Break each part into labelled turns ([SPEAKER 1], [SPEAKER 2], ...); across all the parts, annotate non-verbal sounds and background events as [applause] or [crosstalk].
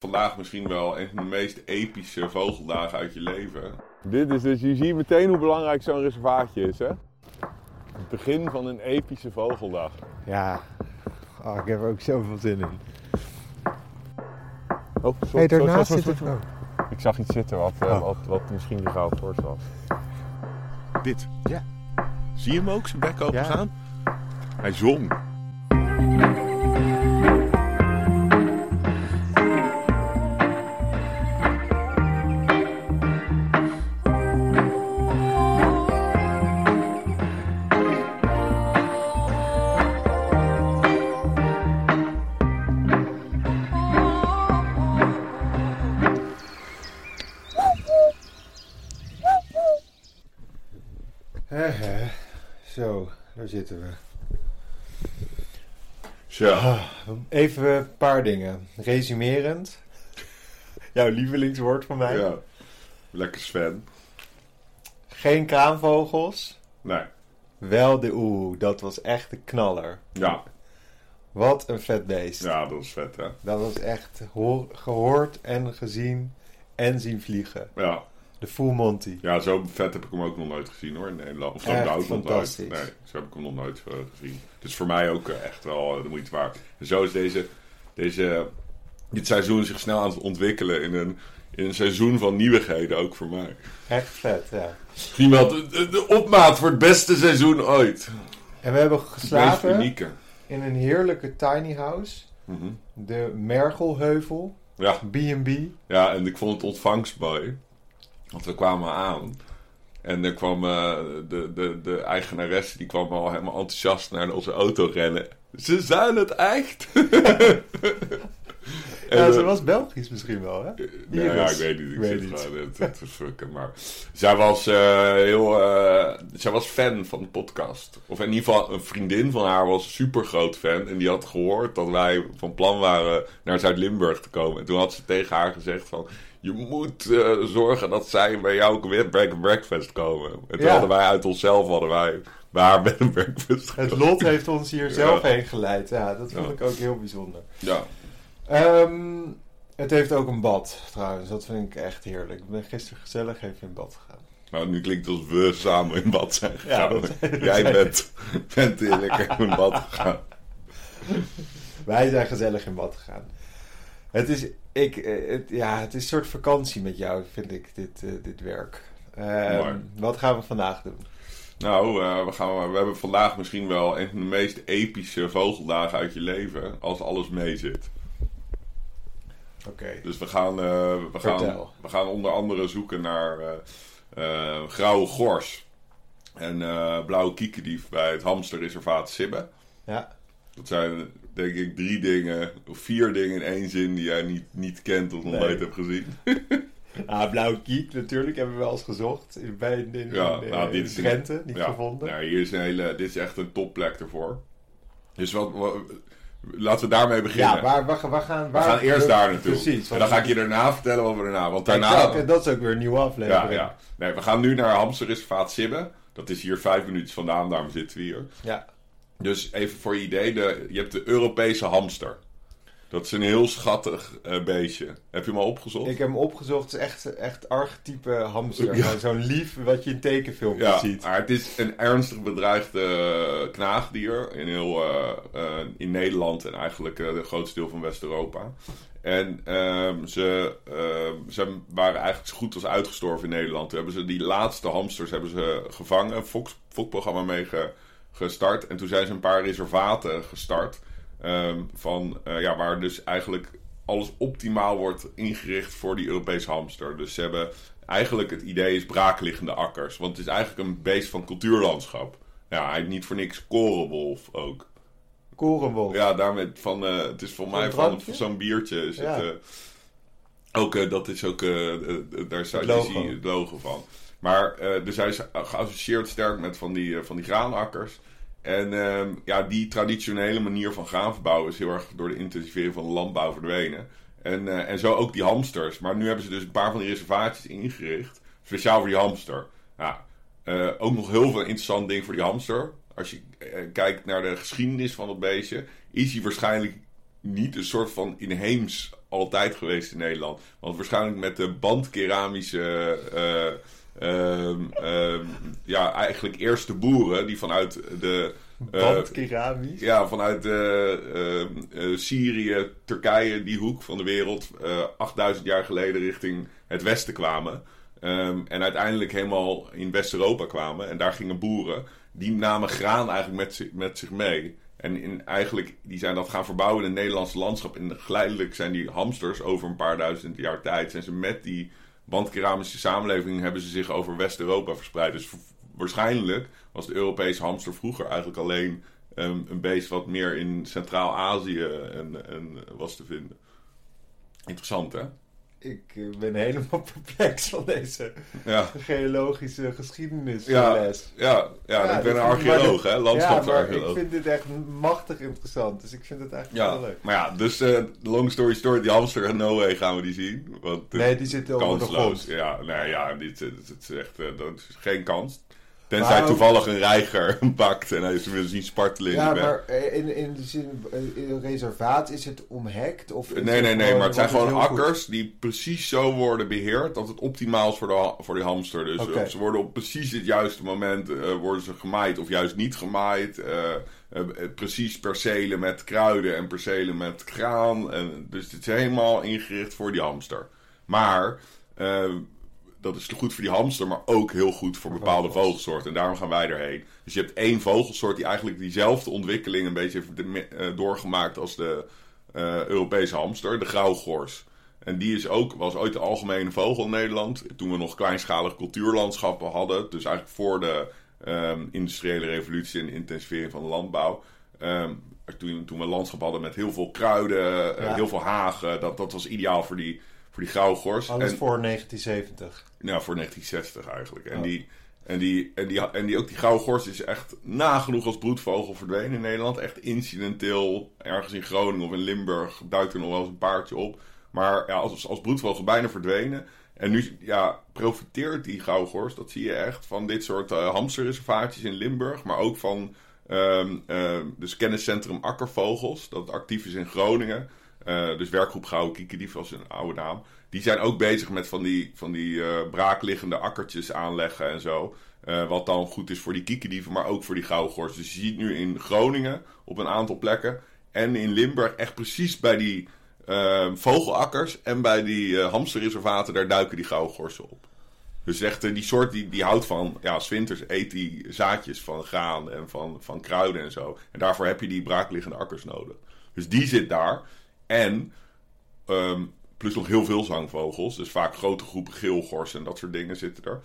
[SPEAKER 1] vandaag misschien wel een van de meest epische vogeldagen uit je leven.
[SPEAKER 2] Dit is dus, je ziet meteen hoe belangrijk zo'n reservaatje is, hè? Het begin van een epische vogeldag.
[SPEAKER 3] Ja, oh, ik heb er ook zoveel zin in.
[SPEAKER 2] Oh, sorry,
[SPEAKER 3] Hey, daarnaast
[SPEAKER 2] sorry, sorry,
[SPEAKER 3] zit er...
[SPEAKER 2] sorry.
[SPEAKER 3] oh.
[SPEAKER 2] Ik zag iets zitten wat, eh,
[SPEAKER 3] Oh.
[SPEAKER 2] wat, wat misschien de gouden voort was.
[SPEAKER 1] Dit.
[SPEAKER 3] Ja.
[SPEAKER 1] Zie je hem ook, zijn bek open
[SPEAKER 3] Ja.
[SPEAKER 1] gaan? Hij zong.
[SPEAKER 3] Eh, eh. Zo, daar zitten we.
[SPEAKER 1] Zo.
[SPEAKER 3] Even een paar dingen. Resumerend. [laughs] Jouw lievelingswoord van mij.
[SPEAKER 1] Ja. Lekker Sven.
[SPEAKER 3] Geen kraanvogels.
[SPEAKER 1] Nee.
[SPEAKER 3] Wel de oeh, dat was echt de knaller.
[SPEAKER 1] Ja.
[SPEAKER 3] Wat een vet beest.
[SPEAKER 1] Ja, dat is vet, hè?
[SPEAKER 3] Dat was echt hoor- gehoord en gezien en zien vliegen.
[SPEAKER 1] Ja.
[SPEAKER 3] De full Monty.
[SPEAKER 1] Ja, zo vet heb ik hem ook nog nooit gezien hoor in Nederland. Of zo
[SPEAKER 3] Echt
[SPEAKER 1] oud nog nooit.
[SPEAKER 3] fantastisch.
[SPEAKER 1] Nee, zo heb ik hem nog nooit eh, gezien. Dus voor mij ook eh, echt wel eh, de moeite waard. En zo is deze, deze, dit seizoen zich snel aan het ontwikkelen in een, in een seizoen van nieuwigheden ook voor mij.
[SPEAKER 3] Echt vet, ja.
[SPEAKER 1] Misschien wel de, de- de opmaat voor het beste seizoen ooit.
[SPEAKER 3] En we hebben
[SPEAKER 1] Het meest
[SPEAKER 3] geslapen
[SPEAKER 1] unieke.
[SPEAKER 3] in een heerlijke tiny house.
[SPEAKER 1] Mhm.
[SPEAKER 3] De Mergelheuvel.
[SPEAKER 1] Ja,
[SPEAKER 3] B&B.
[SPEAKER 1] ja, en ik vond het ontvangst mooi. Want we kwamen aan. En er kwam eh, de, de, de eigenaresse, die kwam al helemaal enthousiast naar onze auto rennen. Ze zijn het echt! [laughs] En,
[SPEAKER 3] Ja, ze
[SPEAKER 1] eh,
[SPEAKER 3] was Belgisch misschien wel, hè?
[SPEAKER 1] Nou ja,
[SPEAKER 3] Iris.
[SPEAKER 1] ik weet niet. Ik
[SPEAKER 3] Ik weet
[SPEAKER 1] zit
[SPEAKER 3] niet.
[SPEAKER 1] gewoon het, het te fucken. Maar zij was eh, heel... eh, zij was fan van de podcast. Of in ieder geval een vriendin van haar was super groot fan. En die had gehoord dat wij van plan waren naar Zuid-Limburg te komen. En toen had ze tegen haar gezegd van... Je moet eh, zorgen dat zij bij jou ook weer Break and Breakfast komen. En toen
[SPEAKER 3] Ja.
[SPEAKER 1] hadden wij uit onszelf hadden wij bij haar Bed and Breakfast
[SPEAKER 3] Het
[SPEAKER 1] gekomen.
[SPEAKER 3] lot heeft ons hier zelf
[SPEAKER 1] Ja.
[SPEAKER 3] heen geleid. Ja, dat vond
[SPEAKER 1] Ja.
[SPEAKER 3] ik ook heel bijzonder.
[SPEAKER 1] Ja,
[SPEAKER 3] Ehm, het heeft ook een bad, trouwens. Dat vind ik echt heerlijk. Ik ben gisteren gezellig even in bad gegaan.
[SPEAKER 1] nou nu klinkt het als we samen in bad zijn
[SPEAKER 3] Ja,
[SPEAKER 1] gegaan.
[SPEAKER 3] dat-
[SPEAKER 1] Jij bent, bent hier lekker in bad gegaan.
[SPEAKER 3] Wij zijn gezellig in bad gegaan. Het is, ik, eh, het, ja, het is een soort vakantie met jou, vind ik, dit, eh, dit werk. Ehm,
[SPEAKER 1] Mooi.
[SPEAKER 3] wat gaan we vandaag doen?
[SPEAKER 1] Nou, eh, we, gaan, we hebben vandaag misschien wel een van de meest epische vogeldagen uit je leven. Als alles mee zit.
[SPEAKER 3] Oké.
[SPEAKER 1] Dus we gaan, eh, we gaan,
[SPEAKER 3] Vertel.
[SPEAKER 1] we gaan onder andere zoeken naar eh eh, grauwe gors. En eh, blauwe kiekendief bij het hamsterreservaat Sibbe.
[SPEAKER 3] Ja,
[SPEAKER 1] Dat zijn denk ik drie dingen, of vier dingen in één zin die jij niet, niet kent of nog
[SPEAKER 3] Nee.
[SPEAKER 1] nooit hebt gezien.
[SPEAKER 3] ah, blauw kiek natuurlijk hebben we wel eens gezocht. In, bij, in, in,
[SPEAKER 1] Ja,
[SPEAKER 3] in,
[SPEAKER 1] nou,
[SPEAKER 3] eh,
[SPEAKER 1] dit
[SPEAKER 3] in
[SPEAKER 1] is een-
[SPEAKER 3] Drenthe, niet
[SPEAKER 1] Ja,
[SPEAKER 3] gevonden.
[SPEAKER 1] nou, hier is een hele, dit is echt een topplek ervoor. Dus wat, wat- laten we daarmee beginnen.
[SPEAKER 3] Ja, waar, waar, waar gaan,
[SPEAKER 1] We
[SPEAKER 3] waar,
[SPEAKER 1] gaan eerst daar naartoe.
[SPEAKER 3] Precies.
[SPEAKER 1] en dan ga ik je daarna vertellen wat we daarna. Want daarna.
[SPEAKER 3] Exact, en dat is ook weer een nieuwe
[SPEAKER 1] Ja,
[SPEAKER 3] aflevering.
[SPEAKER 1] ja. Nee, we gaan nu naar hamsterreservaat Sibbe. Dat is hier vijf minuutjes vandaan, daarom zitten we hier.
[SPEAKER 3] Ja.
[SPEAKER 1] Dus even voor je idee: de, je hebt de Europese hamster. Dat is een heel schattig eh, beestje. Heb je hem al opgezocht?
[SPEAKER 3] Ik heb hem opgezocht. Het is echt, echt archetype hamster.
[SPEAKER 1] Ja.
[SPEAKER 3] Gewoon Zo'n lief wat je in tekenfilmpjes
[SPEAKER 1] ja,
[SPEAKER 3] ziet.
[SPEAKER 1] maar het is een ernstig bedreigde eh, knaagdier in, heel, eh, eh, in Nederland en eigenlijk eh het grootste deel van West-Europa. En ehm, ze, ehm, ze waren eigenlijk zo goed als uitgestorven in Nederland. Toen hebben ze die laatste hamsters hebben ze gevangen, een Fox, Fokprogramma mee ge- gestart. En toen zijn ze een paar reservaten gestart. ehm, van, eh, ja, waar dus eigenlijk alles optimaal wordt ingericht voor die Europese hamster. Dus ze hebben eigenlijk het idee is braakliggende akkers. Want het is eigenlijk een beest van cultuurlandschap. Ja, hij heeft niet voor niks korenwolf ook.
[SPEAKER 3] Korenwolf.
[SPEAKER 1] Ja, daarmee van, eh, het is voor mij van,
[SPEAKER 3] drankje?
[SPEAKER 1] van zo'n biertje. Is
[SPEAKER 3] Ja.
[SPEAKER 1] het, eh, ook, eh, dat is ook, eh, eh, daar staat
[SPEAKER 3] Het logo.
[SPEAKER 1] je ziet het logo van. Maar eh dus hij is geassocieerd sterk met van die, eh, van die graanakkers. En ehm, ja, die traditionele manier van graanverbouwen is heel erg door de intensivering van de landbouw verdwenen. En, eh, en zo ook die hamsters. Maar nu hebben ze dus een paar van die reservaties ingericht. Speciaal voor die hamster. Ja, eh, ook nog heel veel interessant ding voor die hamster. Als je eh, kijkt naar de geschiedenis van dat beestje, is hij waarschijnlijk niet een soort van inheems altijd geweest in Nederland. Want waarschijnlijk met de bandkeramische. eh, ehm, ehm, ja, eigenlijk eerste boeren die vanuit de. eh,
[SPEAKER 3] Want keramisch.
[SPEAKER 1] ja, vanuit eh, ehm, eh, Syrië, Turkije, die hoek van de wereld, eh 8000 jaar geleden richting het westen kwamen. Ehm, en uiteindelijk helemaal in West-Europa kwamen. En daar gingen boeren. Die namen graan eigenlijk met, zi- met zich mee. En in, eigenlijk die zijn dat gaan verbouwen in het Nederlandse landschap. En geleidelijk zijn die hamsters over een paar duizend jaar tijd. Zijn ze met die bandkeramische samenleving hebben ze zich over West-Europa verspreid. Dus v- waarschijnlijk was de Europese hamster vroeger eigenlijk alleen ehm, een beest wat meer in Centraal-Azië en, en was te vinden. Interessant, hè?
[SPEAKER 3] Ik eh, ben helemaal [laughs] perplex van deze
[SPEAKER 1] Ja.
[SPEAKER 3] geologische geschiedenis
[SPEAKER 1] Ja,
[SPEAKER 3] les.
[SPEAKER 1] ja, ja, ik ben een
[SPEAKER 3] dat vind ik-
[SPEAKER 1] archeoloog, hè?
[SPEAKER 3] maar dat- Ja, maar
[SPEAKER 1] Landschapsarcheoloog.
[SPEAKER 3] ik vind dit echt machtig interessant. Dus ik vind het eigenlijk
[SPEAKER 1] Ja,
[SPEAKER 3] wel leuk.
[SPEAKER 1] maar ja, dus eh, long story short, die hamster en Noé gaan we die zien. Want het
[SPEAKER 3] Nee, die zitten
[SPEAKER 1] is
[SPEAKER 3] onder de
[SPEAKER 1] kansloos.
[SPEAKER 3] grond.
[SPEAKER 1] Ja, nee, ja, dit, dit- dit is echt eh, dat is geen kans. Tenzij
[SPEAKER 3] Maar-
[SPEAKER 1] toevallig een reiger hem pakt en hij ze wil zien spartelen in
[SPEAKER 3] Ja,
[SPEAKER 1] die weg.
[SPEAKER 3] maar eh, in, in de zin, eh, in een reservaat is het omhekt? Of is
[SPEAKER 1] Nee, nee, nee,
[SPEAKER 3] gewoon-
[SPEAKER 1] maar het zijn
[SPEAKER 3] want
[SPEAKER 1] gewoon
[SPEAKER 3] is dus heel goed.
[SPEAKER 1] akkers die precies zo worden beheerd dat het optimaal is voor, de, ha- voor die hamster. Dus
[SPEAKER 3] Oké.
[SPEAKER 1] eh, ze worden op precies het juiste moment eh, worden ze gemaaid of juist niet gemaaid. eh, eh, eh, precies percelen met kruiden en percelen met graan. En, dus het is helemaal ingericht voor die hamster. Maar eh, dat is goed voor die hamster, maar ook heel goed voor bepaalde
[SPEAKER 3] vogels.
[SPEAKER 1] vogelsoorten. En daarom gaan wij erheen. Dus je hebt één vogelsoort die eigenlijk diezelfde ontwikkeling een beetje heeft de- eh, doorgemaakt als de eh, Europese hamster, de grauwgors. En die is ook, was ooit de algemene vogel in Nederland. Toen we nog kleinschalig cultuurlandschappen hadden. Dus eigenlijk voor de ehm, industriële revolutie en de intensivering van de landbouw. Ehm, toen, toen we een landschap hadden met heel veel kruiden, eh,
[SPEAKER 3] Ja.
[SPEAKER 1] heel veel hagen. Dat, dat was ideaal voor die, voor die grauwgors.
[SPEAKER 3] Alles
[SPEAKER 1] En-
[SPEAKER 3] voor 1970.
[SPEAKER 1] nou, voor 1960 eigenlijk. En,
[SPEAKER 3] Ja.
[SPEAKER 1] die, en, die, en, die, en die ook die grauwgors is echt nagenoeg als broedvogel verdwenen in Nederland. Echt incidenteel, ergens in Groningen of in Limburg duikt er nog wel eens een paardje op. Maar ja, als, als broedvogel bijna verdwenen. En nu ja, profiteert die grauwgors, dat zie je echt, van dit soort eh, hamsterreservaatjes in Limburg. Maar ook van ehm, ehm, dus kenniscentrum Akkervogels, dat actief is in Groningen. Eh, dus werkgroep Gouden Kiekendief was een oude naam. Die zijn ook bezig met van die, van die eh, braakliggende akkertjes aanleggen en zo. Eh, wat dan goed is voor die kiekendieven, maar ook voor die gauwgors. Dus je ziet nu in Groningen op een aantal plekken en in Limburg echt precies bij die eh, vogelakkers en bij die eh, hamsterreservaten, daar duiken die gauwgorsen op. Dus echt eh, die soort die, die houdt van, ja, zwinters eet die zaadjes van graan en van, van kruiden en zo. En daarvoor heb je die braakliggende akkers nodig. Dus die zit daar. En ehm, plus nog heel veel zangvogels. Dus vaak grote groepen geelgors en dat soort dingen zitten er.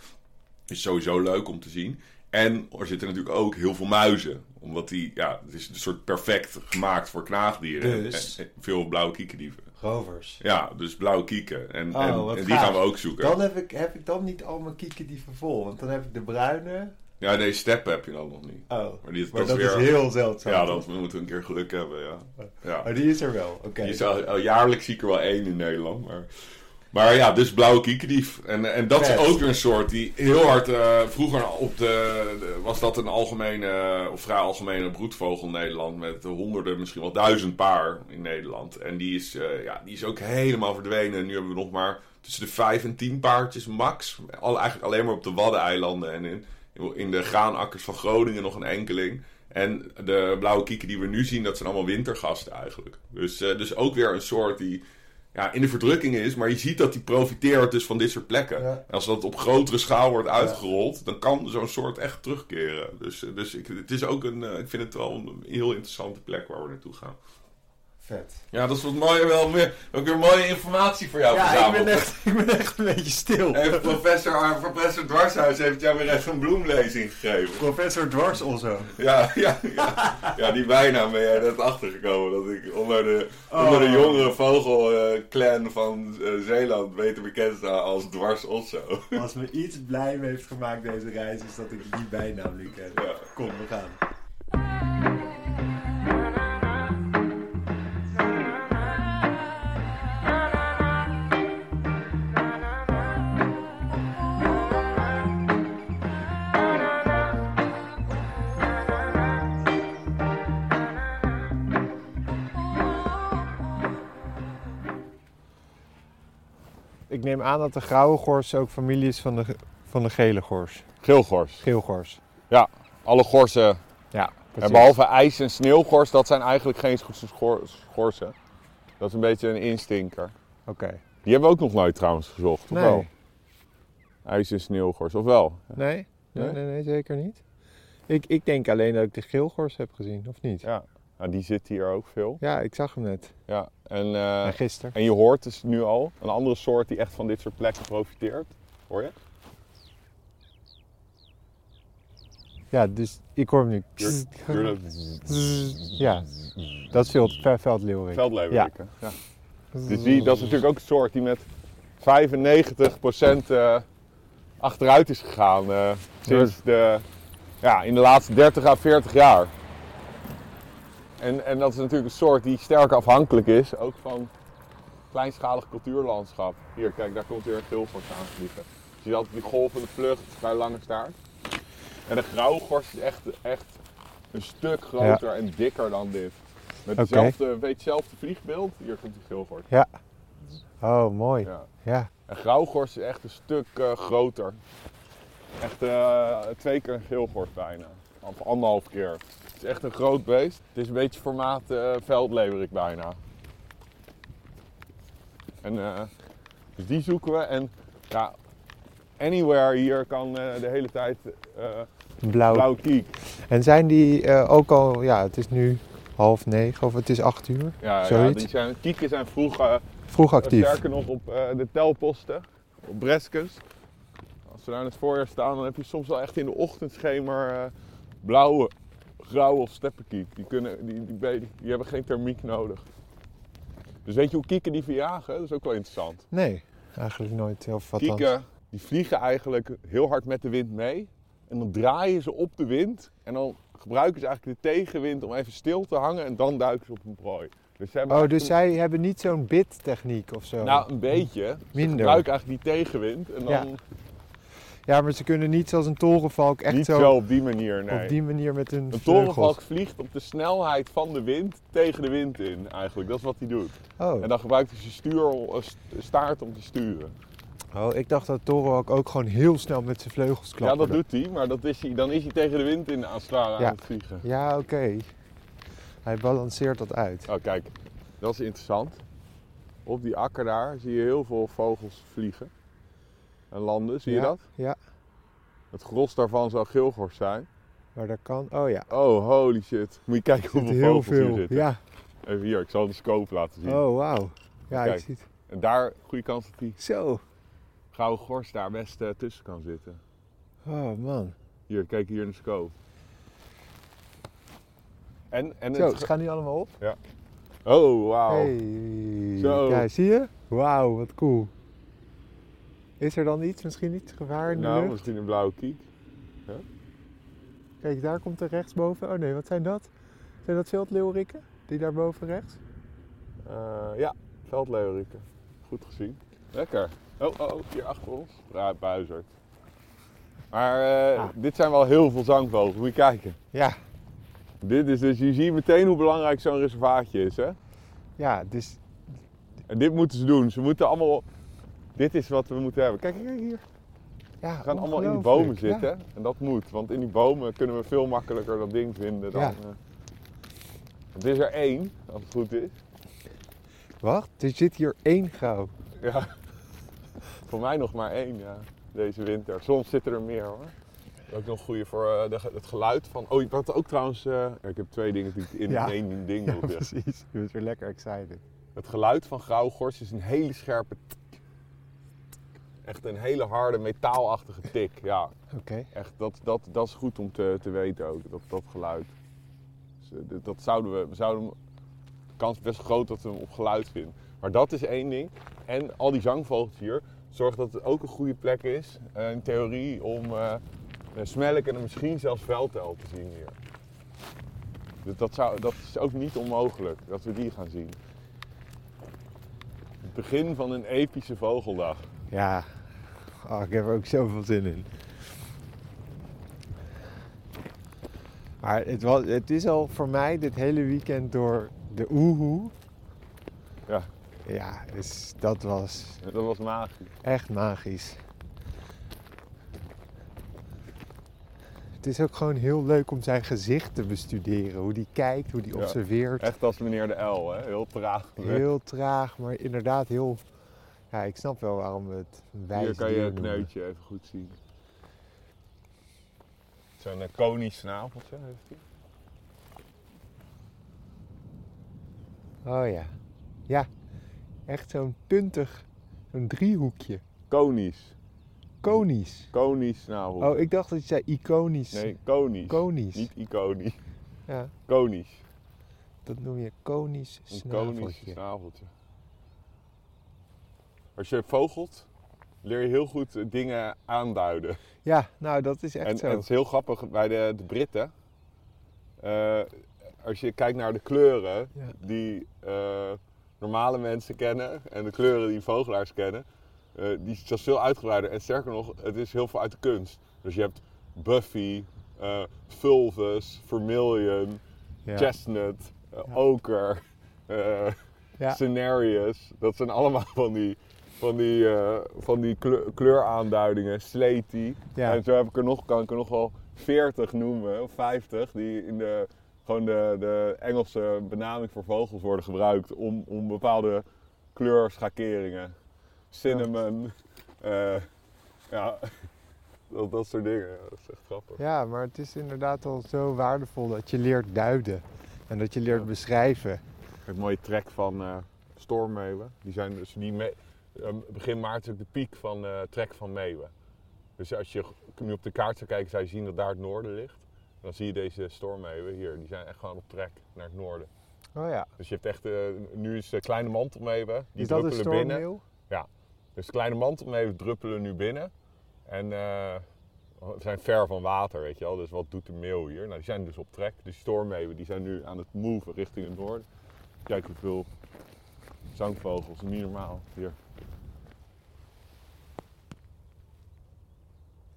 [SPEAKER 1] Is sowieso leuk om te zien. En er zitten natuurlijk ook heel veel muizen. Omdat die, ja, het is een soort perfect gemaakt voor knaagdieren.
[SPEAKER 3] Dus?
[SPEAKER 1] En- en veel blauwe kiekendieven.
[SPEAKER 3] Rovers.
[SPEAKER 1] Ja, dus blauwe kieken. En,
[SPEAKER 3] Oh,
[SPEAKER 1] en,
[SPEAKER 3] wat
[SPEAKER 1] en die
[SPEAKER 3] gaaf.
[SPEAKER 1] gaan we ook zoeken.
[SPEAKER 3] Dan heb ik, heb ik dan niet al mijn kieken die vervol. Want dan heb ik de bruine.
[SPEAKER 1] Ja, nee, steppen heb je dan nog niet.
[SPEAKER 3] Oh, maar,
[SPEAKER 1] Maar die is,
[SPEAKER 3] dat
[SPEAKER 1] weer,
[SPEAKER 3] is heel zeldzaam.
[SPEAKER 1] Ja, dat we moeten een keer geluk hebben, ja. ja.
[SPEAKER 3] Maar die is er wel. Oké.
[SPEAKER 1] Je zou- al jaarlijks zie ik er wel één in Nederland, maar... Maar ja, dus blauwe kiekendief. En, en dat
[SPEAKER 3] Vet.
[SPEAKER 1] is ook weer een soort die heel hard... eh, vroeger op de, de- was dat een algemene, of vrij algemene broedvogel in Nederland... met honderden, misschien wel duizend paar in Nederland. En die is, eh, ja, die is ook helemaal verdwenen. Nu hebben we nog maar tussen de vijf en tien paardjes max. Al, eigenlijk alleen maar op de Waddeneilanden en in, in de graanakkers van Groningen nog een enkeling. En de blauwe kieken die we nu zien, dat zijn allemaal wintergasten eigenlijk. Dus, eh, dus ook weer een soort die ja, in de verdrukking is. Maar je ziet dat die profiteert dus van dit soort plekken.
[SPEAKER 3] Ja.
[SPEAKER 1] En als dat op grotere schaal wordt uitgerold, dan kan zo'n soort echt terugkeren. Dus, eh, dus ik, het is ook een, eh, ik vind het wel een heel interessante plek waar we naartoe gaan.
[SPEAKER 3] Vet.
[SPEAKER 1] Ja, dat is wat mooie, wel meer, ook weer mooie informatie voor jou
[SPEAKER 3] Ja, ik
[SPEAKER 1] verzameld.
[SPEAKER 3] ben, echt, ik ben echt een beetje stil.
[SPEAKER 1] Even professor, eh, professor Dwarshuis heeft jou weer echt een bloemlezing gegeven.
[SPEAKER 3] Professor Dwars of zo.
[SPEAKER 1] Ja, ja, ja. ja, die bijnaam ben jij net achtergekomen. Dat ik onder de,
[SPEAKER 3] Oh.
[SPEAKER 1] onder de jongere vogelclan van eh, Zeeland beter bekend sta als Dwars Otso.
[SPEAKER 3] Als me iets blij mee heeft gemaakt deze reis, is dat ik die bijnaam nu ken.
[SPEAKER 1] Ja.
[SPEAKER 3] Kom, we gaan. Ik neem aan dat de grauwe gors ook familie is van de, van de gele gors.
[SPEAKER 1] Geelgors.
[SPEAKER 3] Geelgors.
[SPEAKER 1] Alle gorsen.
[SPEAKER 3] Ja,
[SPEAKER 1] En
[SPEAKER 3] precies.
[SPEAKER 1] behalve ijs- en sneeuwgors, dat zijn eigenlijk geen scho- scho- schorsen. Dat is een beetje een instinker.
[SPEAKER 3] Oké.
[SPEAKER 1] Die hebben we ook nog nooit trouwens gezocht, of
[SPEAKER 3] Nee.
[SPEAKER 1] wel? IJs- en sneeuwgors, of wel?
[SPEAKER 3] Nee? Nee,
[SPEAKER 1] Nee?
[SPEAKER 3] nee, nee, zeker niet. Ik, ik denk alleen dat ik de geelgors heb gezien, of niet?
[SPEAKER 1] Ja. Nou, die zit hier ook veel.
[SPEAKER 3] Ja, ik zag hem net.
[SPEAKER 1] Ja. En, eh,
[SPEAKER 3] Ja, gisteren.
[SPEAKER 1] en je hoort dus nu al een andere soort die echt van dit soort plekken profiteert. Hoor je?
[SPEAKER 3] Ja, dus ik hoor hem nu.
[SPEAKER 1] Duur- duurde-
[SPEAKER 3] Ja, dat is veld, ve- veldleeuwerik.
[SPEAKER 1] Veldleeuweriken. Ja. Dus die, dat is natuurlijk ook een soort die met 95% eh, achteruit is gegaan eh, sinds de, ja, in de laatste 30 à 40 jaar. En, en dat is natuurlijk een soort die sterk afhankelijk is, ook van kleinschalig cultuurlandschap. Hier, kijk, daar komt weer een geelgors aanvliegen. Je ziet altijd die golvende vlucht bij lange staart. En de grauwe gors is echt, echt een stuk groter en dikker dan dit. Met
[SPEAKER 3] Oké.
[SPEAKER 1] hetzelfde, een beetje hetzelfde vliegbeeld. Hier komt die geelgors.
[SPEAKER 3] Ja. Oh, mooi. Ja.
[SPEAKER 1] Ja. En grauwgors is echt een stuk eh, groter. Echt eh, twee keer een geelgors bijna. Of anderhalf keer. Het is echt een groot beest. Het is een beetje formaat eh veldleeuwerik bijna. En, eh, dus die zoeken we. En ja, anywhere hier kan eh, de hele tijd eh
[SPEAKER 3] Oh. Blauw.
[SPEAKER 1] blauw kiek.
[SPEAKER 3] En zijn die eh, ook al, ja, het is nu half negen of het is acht uur,
[SPEAKER 1] Ja, ja,
[SPEAKER 3] Zoiets?
[SPEAKER 1] die zijn, kieken zijn eh, vroeger
[SPEAKER 3] vroeg actief.
[SPEAKER 1] Sterker nog op eh, de telposten, op Breskes. Als we daar in het voorjaar staan, dan heb je soms wel echt in de ochtendschemer eh, blauwe, grauwe of steppenkiek. Die, kunnen, die, die, be- die hebben geen thermiek nodig. Dus weet je hoe kieken die verjagen? Dat is ook wel interessant.
[SPEAKER 3] Nee, eigenlijk nooit. Of wat dan?
[SPEAKER 1] Kieken die vliegen eigenlijk heel hard met de wind mee. En dan draaien ze op de wind. En dan gebruiken ze eigenlijk de tegenwind om even stil te hangen. En dan duiken ze op een prooi. Dus ze hebben
[SPEAKER 3] Oh,
[SPEAKER 1] echt
[SPEAKER 3] dus
[SPEAKER 1] een-
[SPEAKER 3] zij hebben niet zo'n bid-techniek of zo.
[SPEAKER 1] Nou, een beetje.
[SPEAKER 3] Minder.
[SPEAKER 1] Gebruik eigenlijk die tegenwind. En dan
[SPEAKER 3] Ja. ja, maar ze kunnen niet zoals een torenvalk echt
[SPEAKER 1] niet
[SPEAKER 3] zo,
[SPEAKER 1] zo, op die manier, nee.
[SPEAKER 3] op die manier met hun
[SPEAKER 1] Een
[SPEAKER 3] vleugels.
[SPEAKER 1] torenvalk vliegt op de snelheid van de wind tegen de wind in, eigenlijk. Dat is wat hij doet.
[SPEAKER 3] Oh.
[SPEAKER 1] En dan gebruikt hij zijn stuur, eh, st- staart om te sturen.
[SPEAKER 3] oh, ik dacht dat de torenvalk ook gewoon heel snel met zijn vleugels klapperde.
[SPEAKER 1] Ja, dat doet hij, maar dat is hij, dan is hij tegen de wind in aan het slaan,
[SPEAKER 3] Ja.
[SPEAKER 1] aan het vliegen.
[SPEAKER 3] Ja, oké. Hij balanceert dat uit.
[SPEAKER 1] Oh, kijk, dat is interessant. Op die akker daar zie je heel veel vogels vliegen en landen, zie je
[SPEAKER 3] Ja,
[SPEAKER 1] dat?
[SPEAKER 3] Ja,
[SPEAKER 1] Het gros daarvan zou geelgors zijn.
[SPEAKER 3] maar dat kan. Oh ja,
[SPEAKER 1] Oh, holy shit. Moet je kijken
[SPEAKER 3] er zit
[SPEAKER 1] hoeveel
[SPEAKER 3] heel
[SPEAKER 1] vogels hier
[SPEAKER 3] veel.
[SPEAKER 1] zitten.
[SPEAKER 3] Ja.
[SPEAKER 1] Even hier, ik zal de scope laten zien.
[SPEAKER 3] Oh, wauw. Ja, ik
[SPEAKER 1] Kijk.
[SPEAKER 3] zie het.
[SPEAKER 1] En daar, goede kans dat die
[SPEAKER 3] Zo.
[SPEAKER 1] gouden gors daar best eh, tussen kan zitten.
[SPEAKER 3] Oh man.
[SPEAKER 1] Hier, kijk hier in de scope. En, en
[SPEAKER 3] Zo,
[SPEAKER 1] het...
[SPEAKER 3] ze gaan nu allemaal op.
[SPEAKER 1] Oh, wauw.
[SPEAKER 3] Hey.
[SPEAKER 1] Zo.
[SPEAKER 3] Ja, zie je? Wauw, wat cool. Is er dan iets, misschien iets gevaar in de
[SPEAKER 1] Nou,
[SPEAKER 3] lucht?
[SPEAKER 1] misschien een blauwe kiek.
[SPEAKER 3] Kijk, daar komt er rechtsboven. Oh nee, wat zijn dat? Zijn dat veldleeuwerikken? Die daarboven rechts?
[SPEAKER 1] Eh, ja, veldleeuweriken. Goed gezien. Lekker. Oh, oh, oh, hier achter ons. Ja, buizerd. Maar eh,
[SPEAKER 3] Ah.
[SPEAKER 1] dit zijn wel heel veel zangvogels. Moet je kijken.
[SPEAKER 3] Ja.
[SPEAKER 1] Dit is dus, je ziet meteen hoe belangrijk zo'n reservaatje is, hè?
[SPEAKER 3] Ja, dus
[SPEAKER 1] En dit moeten ze doen. Ze moeten allemaal... Dit is wat we moeten hebben. Kijk, kijk hier.
[SPEAKER 3] ja,
[SPEAKER 1] We gaan allemaal in die bomen zitten. En dat moet, want in die bomen kunnen we veel makkelijker dat ding vinden dan...
[SPEAKER 3] Ja.
[SPEAKER 1] eh. Het is er één, als het goed is.
[SPEAKER 3] Wacht, er zit hier één grauw.
[SPEAKER 1] Ja. [laughs] voor mij nog maar één, ja, deze winter. Soms zitten er meer hoor. Ook nog goede voor eh, de ge- het geluid van... Oh, wat ook trouwens... eh, ja, ik heb twee dingen die ik in
[SPEAKER 3] Ja.
[SPEAKER 1] één ding
[SPEAKER 3] Ja, [laughs]
[SPEAKER 1] wil zeggen.
[SPEAKER 3] precies. Je bent weer lekker excited.
[SPEAKER 1] Het geluid van grauwgors is een hele scherpe... tik. Echt een hele harde metaalachtige tik, ja.
[SPEAKER 3] Oké.
[SPEAKER 1] Echt, dat, dat, dat is goed om te, te weten ook, dat, dat geluid. Dus, eh, dat- dat zouden we, we zouden hem- de kans is best groot dat we hem op geluid vinden. Maar dat is één ding. En al die zangvogels hier, zorg dat het ook een goede plek is, eh, in theorie, om eh eh, smelk en misschien zelfs veldtel te zien hier. Dus dat, zou, dat is ook niet onmogelijk, dat we die gaan zien. Het begin van een epische vogeldag.
[SPEAKER 3] Ja, Ah, ik heb er ook zoveel zin in. Maar het, was, het is al voor mij dit hele weekend door de oehoe.
[SPEAKER 1] Ja.
[SPEAKER 3] Ja, dus dat was
[SPEAKER 1] Dat was magisch.
[SPEAKER 3] echt magisch. Het is ook gewoon heel leuk om zijn gezicht te bestuderen. Hoe die kijkt, hoe die
[SPEAKER 1] Ja.
[SPEAKER 3] observeert.
[SPEAKER 1] Echt als meneer de L, hè? Heel traag.
[SPEAKER 3] Heel traag, maar inderdaad heel... Ja, ik snap wel waarom we het een wijs
[SPEAKER 1] Hier kan je
[SPEAKER 3] dier
[SPEAKER 1] een
[SPEAKER 3] noemen.
[SPEAKER 1] kneutje even goed zien. Zo'n eh, conisch snaveltje heeft hij.
[SPEAKER 3] Oh ja. Ja, echt zo'n puntig, zo'n driehoekje.
[SPEAKER 1] Conisch.
[SPEAKER 3] Konisch.
[SPEAKER 1] Conisch snaveltje.
[SPEAKER 3] Oh, ik dacht dat je zei iconisch.
[SPEAKER 1] Nee, conisch.
[SPEAKER 3] Konisch.
[SPEAKER 1] Niet iconisch.
[SPEAKER 3] Ja,
[SPEAKER 1] Conisch.
[SPEAKER 3] dat noem je konisch
[SPEAKER 1] Een conisch
[SPEAKER 3] snaveltje.
[SPEAKER 1] snaveltje. Als je vogelt, leer je heel goed eh, dingen aanduiden.
[SPEAKER 3] Ja, nou dat is echt
[SPEAKER 1] En,
[SPEAKER 3] zo.
[SPEAKER 1] en het is heel grappig bij de, de Britten. eh, als je kijkt naar de kleuren
[SPEAKER 3] Ja.
[SPEAKER 1] die eh, normale mensen kennen en de kleuren die vogelaars kennen, eh, die is veel uitgebreider. En sterker nog, het is heel veel uit de kunst. Dus je hebt Buffy, eh, Fulvus, Vermilion,
[SPEAKER 3] ja.
[SPEAKER 1] Chestnut, eh,
[SPEAKER 3] Ja.
[SPEAKER 1] Oker, eh,
[SPEAKER 3] Ja.
[SPEAKER 1] Scenarius. Dat zijn allemaal van die, van die, eh, van die kleur, kleuraanduidingen. Slaty.
[SPEAKER 3] Ja.
[SPEAKER 1] En zo heb ik er nog, kan ik er nog wel 40 noemen, of 50, die in de, gewoon de, de Engelse benaming voor vogels worden gebruikt om, om bepaalde kleurschakeringen. Cinnamon, ja, ja [laughs] dat, dat soort dingen. Ja, Dat is echt grappig.
[SPEAKER 3] Ja, maar het is inderdaad al zo waardevol dat je leert duiden. En dat je leert beschrijven.
[SPEAKER 1] Een mooie trek van eh stormmeeuwen. Die zijn dus die me- eh, begin maart is ook de piek van eh trek van meeuwen. Dus als je nu op de kaart zou kijken, zou je zien dat daar het noorden ligt. En dan zie je deze stormmeeuwen hier. Die zijn echt gewoon op trek naar het noorden.
[SPEAKER 3] Oh ja.
[SPEAKER 1] Dus je hebt echt, eh, nu is de kleine mantelmeeuwen. Die
[SPEAKER 3] Is dat een
[SPEAKER 1] druppelen binnen.
[SPEAKER 3] stormmeeuw?
[SPEAKER 1] Dus de kleine mantelmeeuwen druppelen nu binnen. En eh we zijn ver van water, weet je wel. Dus wat doet de meeuw hier? Nou, die zijn dus op trek. De stormmeeuwen die zijn nu aan het move richting het noorden. Kijk hoeveel zangvogels, niet normaal hier.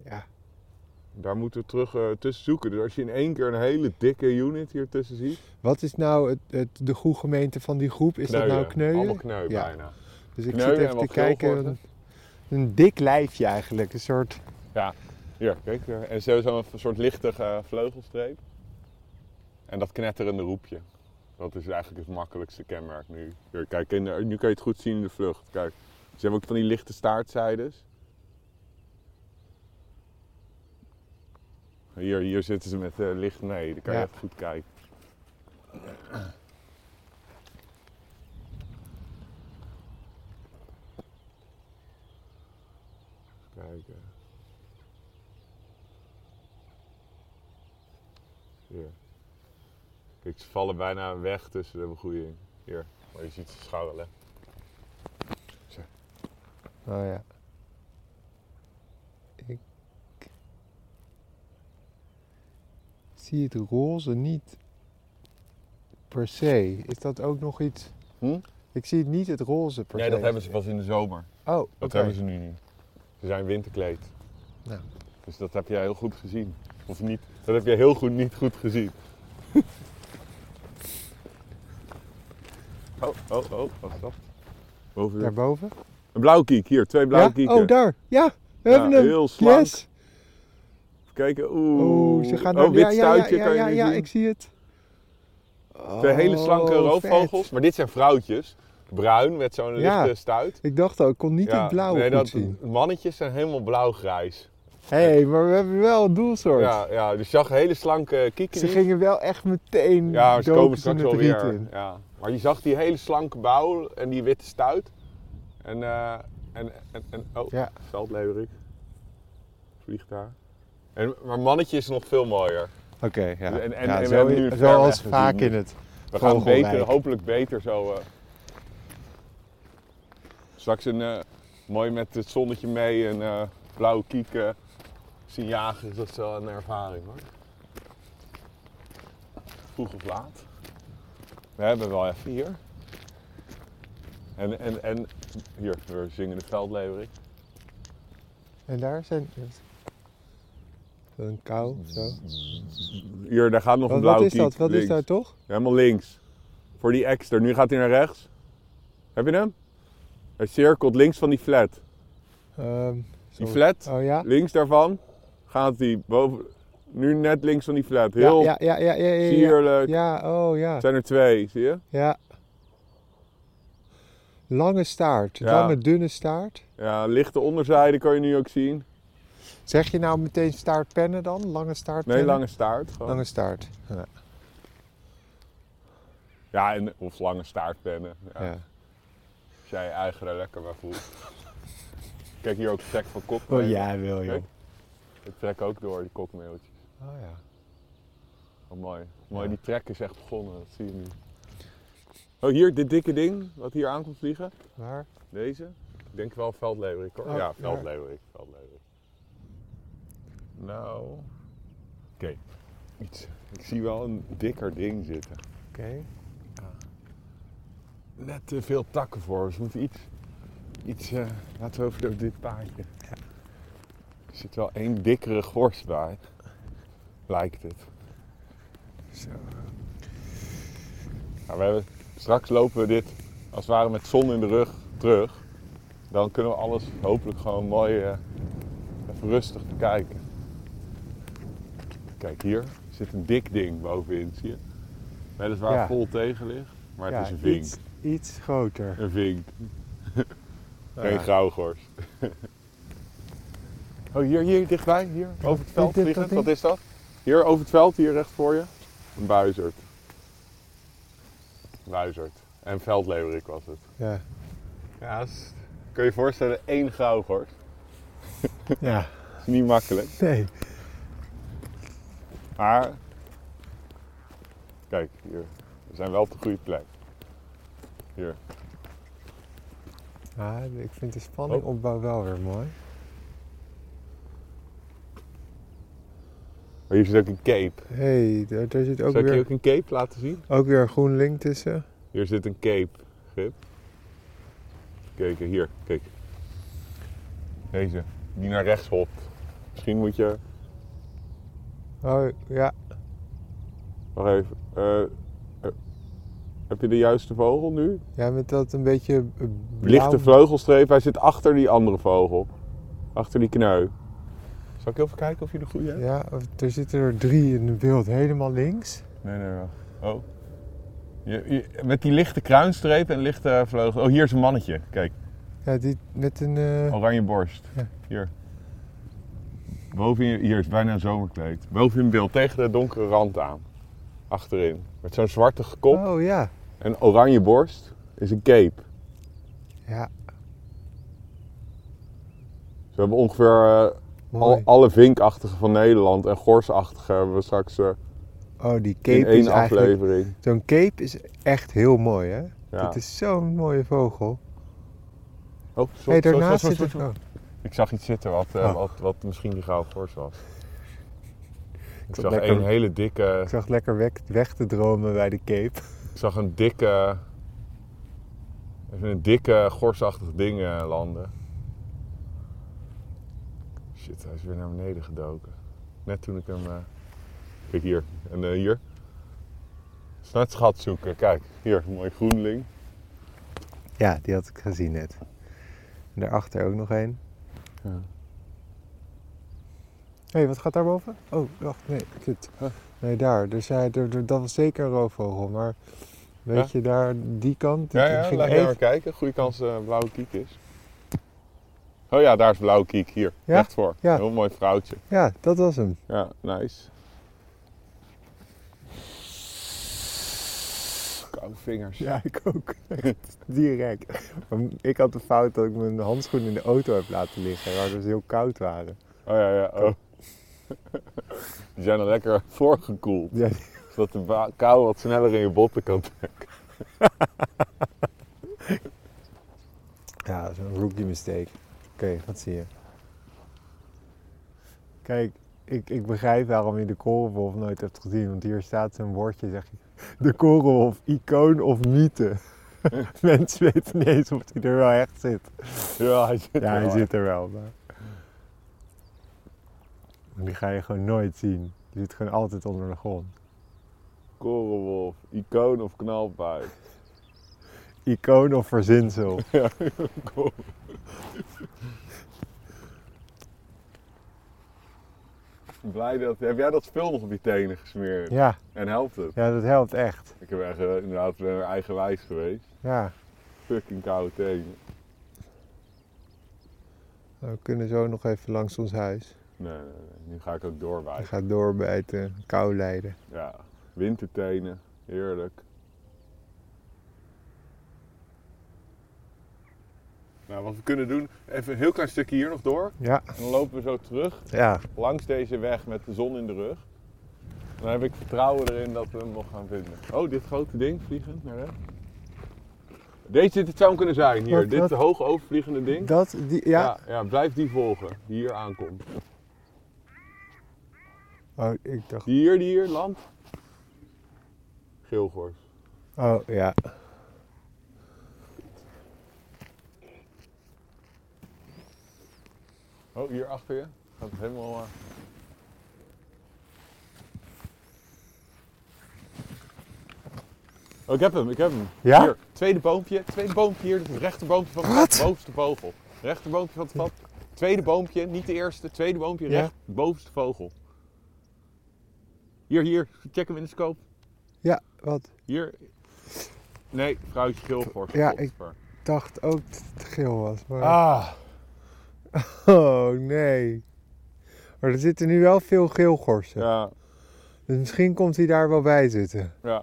[SPEAKER 3] Ja.
[SPEAKER 1] Daar moeten we terug eh, tussen zoeken. Dus als je in één keer een hele dikke unit hier tussen ziet.
[SPEAKER 3] Wat is nou het, het, de goede gemeente van die groep? Is dat nou kneuwen?
[SPEAKER 1] Allemaal kneu
[SPEAKER 3] Ja.
[SPEAKER 1] bijna.
[SPEAKER 3] Dus ik
[SPEAKER 1] Kneuwen
[SPEAKER 3] zit
[SPEAKER 1] en
[SPEAKER 3] even te
[SPEAKER 1] wat
[SPEAKER 3] kijken. Een,
[SPEAKER 1] geelgorten.
[SPEAKER 3] een dik lijfje eigenlijk. Een soort.
[SPEAKER 1] Hier, kijk. eh, En sowieso een soort lichtige eh, vleugelstreep. En dat knetterende roepje. Dat is eigenlijk het makkelijkste kenmerk nu. Hier, kijk, in de- nu kan je het goed zien in de vlucht. Kijk, ze hebben ook van die lichte staartzijdes. Hier, hier zitten ze met eh, licht mee. Dan kan je
[SPEAKER 3] Ja.
[SPEAKER 1] even goed kijken. Kijken. Hier. Kijk, ze vallen bijna weg tussen de begroeiing. Hier, maar je ziet ze scharrelen.
[SPEAKER 3] Oh ja. Ik. Zie het roze niet per se. Is dat ook nog iets?
[SPEAKER 1] Hm?
[SPEAKER 3] Ik zie het niet het roze per se.
[SPEAKER 1] Nee, dat hebben ze pas in de zomer.
[SPEAKER 3] Oh, oké.
[SPEAKER 1] Dat hebben ze nu niet. Ze zijn winterkleed.
[SPEAKER 3] Ja.
[SPEAKER 1] Dus dat heb jij heel goed gezien. Of niet? Dat heb jij heel goed niet goed gezien. [laughs] oh, oh, oh, wat is dat? Boven de...
[SPEAKER 3] Daarboven?
[SPEAKER 1] Een blauwkiek, hier, twee
[SPEAKER 3] Ja?
[SPEAKER 1] blauwkieken.
[SPEAKER 3] Oh, daar. Ja, we
[SPEAKER 1] Ja,
[SPEAKER 3] hebben hem.
[SPEAKER 1] heel slank.
[SPEAKER 3] Yes.
[SPEAKER 1] Even kijken, oeh.
[SPEAKER 3] Oeh, ze gaan
[SPEAKER 1] oh,
[SPEAKER 3] naar-
[SPEAKER 1] wit
[SPEAKER 3] ja, ja, ja,
[SPEAKER 1] stuitje
[SPEAKER 3] ja,
[SPEAKER 1] kan je
[SPEAKER 3] ja,
[SPEAKER 1] nu
[SPEAKER 3] ja,
[SPEAKER 1] zien.
[SPEAKER 3] ik zie het.
[SPEAKER 1] Twee hele
[SPEAKER 3] Oh,
[SPEAKER 1] slanke
[SPEAKER 3] vet.
[SPEAKER 1] roofvogels. Maar dit zijn vrouwtjes. Bruin met zo'n
[SPEAKER 3] Ja.
[SPEAKER 1] lichte stuit.
[SPEAKER 3] Ik dacht al, ik kon niet
[SPEAKER 1] Ja,
[SPEAKER 3] het blauwe
[SPEAKER 1] nee,
[SPEAKER 3] goed
[SPEAKER 1] dat,
[SPEAKER 3] zien.
[SPEAKER 1] Mannetjes zijn helemaal blauw-grijs.
[SPEAKER 3] Hé, hey, maar we hebben wel een doelsoort.
[SPEAKER 1] Ja, ja, dus je zag hele slanke
[SPEAKER 3] Ze
[SPEAKER 1] kiekjes.
[SPEAKER 3] gingen wel echt meteen
[SPEAKER 1] Ja, maar ze
[SPEAKER 3] dopen
[SPEAKER 1] komen
[SPEAKER 3] ze
[SPEAKER 1] straks
[SPEAKER 3] het
[SPEAKER 1] wel
[SPEAKER 3] riet
[SPEAKER 1] weer.
[SPEAKER 3] in.
[SPEAKER 1] Ja. Maar je zag die hele slanke bouw en die witte stuit. En, eh, en, en, en oh,
[SPEAKER 3] Ja.
[SPEAKER 1] veldleeuwerik. Vliegt daar. En, maar mannetje is nog veel mooier.
[SPEAKER 3] Oké, ja.
[SPEAKER 1] En- en-
[SPEAKER 3] ja
[SPEAKER 1] en we
[SPEAKER 3] zo-
[SPEAKER 1] hebben nu een
[SPEAKER 3] zoals
[SPEAKER 1] verre
[SPEAKER 3] vaak
[SPEAKER 1] gezien.
[SPEAKER 3] in het.
[SPEAKER 1] We gaan
[SPEAKER 3] Vogelrijk.
[SPEAKER 1] beter, hopelijk beter zo. eh, straks een eh, mooi met het zonnetje mee, een eh, blauwe kiek eh, zien jagen. Dat is wel een ervaring hoor. Vroeg of laat. We hebben wel even hier. En, en, en hier, we zingen de veldleeuwerik.
[SPEAKER 3] En daar zijn. Een kou of zo.
[SPEAKER 1] Hier, daar gaat nog een
[SPEAKER 3] Wat, wat
[SPEAKER 1] blauwe
[SPEAKER 3] is
[SPEAKER 1] kiek.
[SPEAKER 3] dat? Wat is
[SPEAKER 1] links.
[SPEAKER 3] dat toch?
[SPEAKER 1] Helemaal links. Voor die extra. Nu gaat hij naar rechts. Heb je hem? Hij cirkelt links van die flat.
[SPEAKER 3] Ehm,
[SPEAKER 1] Die
[SPEAKER 3] zo.
[SPEAKER 1] flat,
[SPEAKER 3] Oh ja?
[SPEAKER 1] links daarvan, gaat hij boven... Nu net links van die flat.
[SPEAKER 3] Ja,
[SPEAKER 1] Heel
[SPEAKER 3] ja, ja, ja, ja, ja, ja.
[SPEAKER 1] sierlijk.
[SPEAKER 3] Ja, oh ja.
[SPEAKER 1] Het zijn er twee, zie je?
[SPEAKER 3] Ja. Lange staart.
[SPEAKER 1] Ja.
[SPEAKER 3] Lange, dunne staart.
[SPEAKER 1] Ja, lichte onderzijde kan je nu ook zien.
[SPEAKER 3] Zeg je nou meteen staartpennen dan? Lange staartpennen?
[SPEAKER 1] Nee, lange staart. gewoon.
[SPEAKER 3] Lange staart. Ja.
[SPEAKER 1] Ja, en, of lange staartpennen. Ja.
[SPEAKER 3] Ja.
[SPEAKER 1] Als jij je eigen er lekker bij voelt. [laughs] Kijk hier ook trek van kop.
[SPEAKER 4] Oh, jij wil, joh.
[SPEAKER 1] Kijk. Ik trek ook door, die kokmeeltjes.
[SPEAKER 3] Oh ja.
[SPEAKER 1] Wat mooi. Mooi, die trek is echt begonnen, dat zie je nu. Oh, hier, dit dikke ding, wat hier aan komt vliegen.
[SPEAKER 3] Waar?
[SPEAKER 1] Deze. Ik denk wel veldleeuwerik hoor.
[SPEAKER 3] Oh,
[SPEAKER 1] ja,
[SPEAKER 3] ja.
[SPEAKER 1] veldleeuwerik, veldleeuwerik. Nou... Oké. Iets. Ik zie wel een dikker ding zitten.
[SPEAKER 3] Oké.
[SPEAKER 1] Net te veel takken voor, dus we moeten iets... iets eh, laten we over door dit paadje. Er zit wel één dikkere gorst bij. Lijkt het.
[SPEAKER 3] Zo.
[SPEAKER 1] Nou, we hebben, straks lopen we dit als het ware met zon in de rug terug. Dan kunnen we alles hopelijk gewoon mooi eh, even rustig bekijken. Kijk hier zit een dik ding bovenin, zie je? Weliswaar
[SPEAKER 3] Ja.
[SPEAKER 1] vol tegen ligt, maar
[SPEAKER 3] Ja,
[SPEAKER 1] het is een vink.
[SPEAKER 3] Iets, iets groter.
[SPEAKER 1] Een vink. Geen
[SPEAKER 3] Ja.
[SPEAKER 1] grauwgors. oh, hier, hier dichtbij, hier over het veld
[SPEAKER 3] dit- dat
[SPEAKER 1] vliegend.
[SPEAKER 3] ding?
[SPEAKER 1] Wat is dat? Hier over het veld, hier recht voor je. Een buizerd. Buizerd. En veldleeuwerik was het.
[SPEAKER 3] Ja. [laughs]
[SPEAKER 1] Ja, kun je je voorstellen, één grauwgors.
[SPEAKER 3] ja.
[SPEAKER 1] Dat is niet makkelijk.
[SPEAKER 3] Nee.
[SPEAKER 1] Maar, kijk, hier. We zijn wel op de goede plek. Hier.
[SPEAKER 3] Maar ik vind de
[SPEAKER 1] Oh.
[SPEAKER 3] spanningopbouw wel weer mooi.
[SPEAKER 1] Maar hier zit ook een cape.
[SPEAKER 3] Hé, hey, daar, daar zit ook
[SPEAKER 1] Zal ik je
[SPEAKER 3] weer,
[SPEAKER 1] ook een cape laten zien?
[SPEAKER 3] ook weer een groen link tussen.
[SPEAKER 1] Hier zit een cape, Gip. Kijk, hier, kijk. Deze, die naar rechts hopt. Misschien moet je...
[SPEAKER 3] Oh ja,
[SPEAKER 1] Wacht even. eh, eh, heb je de juiste vogel nu?
[SPEAKER 3] ja met dat een beetje eh, blauw...
[SPEAKER 1] Lichte vleugelstreep, hij zit achter die andere vogel. Achter die kneu. Zal ik even kijken of je de goede hebt?
[SPEAKER 3] Ja, of- er zitten er drie in het beeld, helemaal links.
[SPEAKER 1] Nee, nee, wacht. Oh. Je- je- met die lichte kruinstreep en lichte vleugel. Oh, hier is een mannetje. Kijk,
[SPEAKER 3] Ja, die met een... eh,
[SPEAKER 1] oranje borst.
[SPEAKER 3] Ja.
[SPEAKER 1] Hier. Boven in, hier is bijna een zomerkleed. Boven in beeld, tegen de donkere rand aan. Achterin. Met zo'n zwarte kop
[SPEAKER 3] oh ja.
[SPEAKER 1] en oranje borst is een cape.
[SPEAKER 3] Ja,
[SPEAKER 1] Dus we hebben ongeveer eh, al-
[SPEAKER 3] mooi.
[SPEAKER 1] alle vinkachtige van Nederland en gorsachtige hebben we straks eh,
[SPEAKER 3] oh, die
[SPEAKER 1] in
[SPEAKER 3] cape
[SPEAKER 1] één
[SPEAKER 3] is eigenlijk...
[SPEAKER 1] aflevering.
[SPEAKER 3] Zo'n cape is echt heel mooi, hè?
[SPEAKER 1] Ja.
[SPEAKER 3] Dit is zo'n mooie vogel.
[SPEAKER 1] Oh,
[SPEAKER 3] Hé,
[SPEAKER 1] sorry, sorry,
[SPEAKER 3] daarnaast
[SPEAKER 1] sorry,
[SPEAKER 3] zit er...
[SPEAKER 1] sorry, sorry.
[SPEAKER 3] oh,
[SPEAKER 1] Ik zag iets zitten wat, eh,
[SPEAKER 3] Oh.
[SPEAKER 1] wat, wat misschien die gouden gors was. Ik
[SPEAKER 3] zat
[SPEAKER 1] zag
[SPEAKER 3] lekker-
[SPEAKER 1] een hele dikke...
[SPEAKER 3] Ik zag lekker weg, weg te dromen bij de cape.
[SPEAKER 1] Ik zag een dikke. Even een dikke, gorsachtig ding eh, landen. Shit, hij is weer naar beneden gedoken. Net toen ik hem. eh, Kijk hier. En eh, hier. Snart schat zoeken. Kijk, hier, een mooi groenling.
[SPEAKER 3] Ja, die had ik gezien net. En daarachter ook nog één.
[SPEAKER 1] Ja.
[SPEAKER 3] Hé, wat gaat daarboven? Oh, wacht, nee, kut.
[SPEAKER 1] Huh?
[SPEAKER 3] Nee, daar. Dus ja, er- er- dat was zeker een roofvogel, maar weet je, daar, die kant, die
[SPEAKER 1] Ja, ja,
[SPEAKER 3] ging
[SPEAKER 1] laat jij
[SPEAKER 3] even-
[SPEAKER 1] maar kijken. Goede kans eh, blauwe kiek is. Oh ja, daar is blauwe kiek. Hier,
[SPEAKER 3] Ja?
[SPEAKER 1] recht voor.
[SPEAKER 3] Ja.
[SPEAKER 1] Heel mooi vrouwtje.
[SPEAKER 3] Ja, dat was hem.
[SPEAKER 1] Ja, nice. Koude vingers.
[SPEAKER 3] Ja, ik ook. [laughs] Direct. Maar Ik had de fout dat ik mijn handschoenen in de auto heb laten liggen, waardoor ze heel koud waren.
[SPEAKER 1] Oh ja, ja. [laughs] Oh. Die zijn er lekker voorgekoeld.
[SPEAKER 3] Ja,
[SPEAKER 1] Zodat de ba- kou wat sneller in je botten kan trekken.
[SPEAKER 3] ja dat is een rookie mistake. Oké, wat zie je? Kijk, ik, ik begrijp waarom je de korenwolf nooit hebt gezien, want hier staat zo'n woordje, zeg je, de korenwolf, icoon of mythe? [laughs] Mensen weten niet eens of hij er wel echt zit.
[SPEAKER 1] Ja, hij zit
[SPEAKER 3] Ja,
[SPEAKER 1] er
[SPEAKER 3] hij
[SPEAKER 1] wel.
[SPEAKER 3] zit er wel, maar... Maar Die ga je gewoon nooit zien. Die zit gewoon altijd onder de grond.
[SPEAKER 1] Korenwolf, icoon of knalpijp.
[SPEAKER 3] Icoon of [laughs] verzinsel?
[SPEAKER 1] Ja, cool. Blij dat. Heb jij dat spul nog op die tenen gesmeerd?
[SPEAKER 3] Ja,
[SPEAKER 1] En helpt het?
[SPEAKER 3] ja, dat helpt echt.
[SPEAKER 1] Ik heb echt, eh, inderdaad ben er eigenwijs geweest.
[SPEAKER 3] Ja,
[SPEAKER 1] Fucking koude tenen.
[SPEAKER 3] Nou, we kunnen zo nog even langs ons huis.
[SPEAKER 1] Nee, nee, nee, nu ga ik ook
[SPEAKER 3] Je
[SPEAKER 1] doorwijzen.
[SPEAKER 3] gaat door bij het eh, kou lijden.
[SPEAKER 1] Ja, wintertenen, heerlijk. Nou, wat we kunnen doen, even een heel klein stukje hier nog door.
[SPEAKER 3] Ja,
[SPEAKER 1] En dan lopen we zo terug
[SPEAKER 3] ja.
[SPEAKER 1] langs deze weg met de zon in de rug. En dan heb ik vertrouwen erin dat we hem nog gaan vinden. Oh, dit grote ding vliegend naar rechts. Deze, dit zou hem kunnen zijn hier.
[SPEAKER 3] Wat,
[SPEAKER 1] dit
[SPEAKER 3] wat?
[SPEAKER 1] hoog overvliegende ding.
[SPEAKER 3] Dat, die, ja.
[SPEAKER 1] Ja, ja, blijf die volgen, die hier aankomt.
[SPEAKER 3] Oh, ik dacht,
[SPEAKER 1] Die hier, die hier, land. Geelgors.
[SPEAKER 3] oh ja.
[SPEAKER 1] Oh, hier achter je. Gaat het helemaal... eh, Oh, ik heb hem, ik heb hem.
[SPEAKER 3] Ja?
[SPEAKER 1] Hier, tweede boompje. Tweede boompje hier. Dit is het rechterboompje van het pad. Bovenste vogel. Rechterboompje van het pad. Tweede boompje, niet de eerste. Tweede boompje,
[SPEAKER 3] Ja.
[SPEAKER 1] recht, bovenste vogel. Hier, hier. Check hem in de scope.
[SPEAKER 3] Ja, wat?
[SPEAKER 1] Hier. Nee, vrouwtje Geelgors.
[SPEAKER 3] Ja,
[SPEAKER 1] Godver.
[SPEAKER 3] Ik dacht ook dat het geel was. Maar...
[SPEAKER 1] Ah.
[SPEAKER 3] Oh nee. Maar er zitten nu wel veel geelgorsen.
[SPEAKER 1] Ja,
[SPEAKER 3] Dus misschien komt hij daar wel bij zitten.
[SPEAKER 1] ja.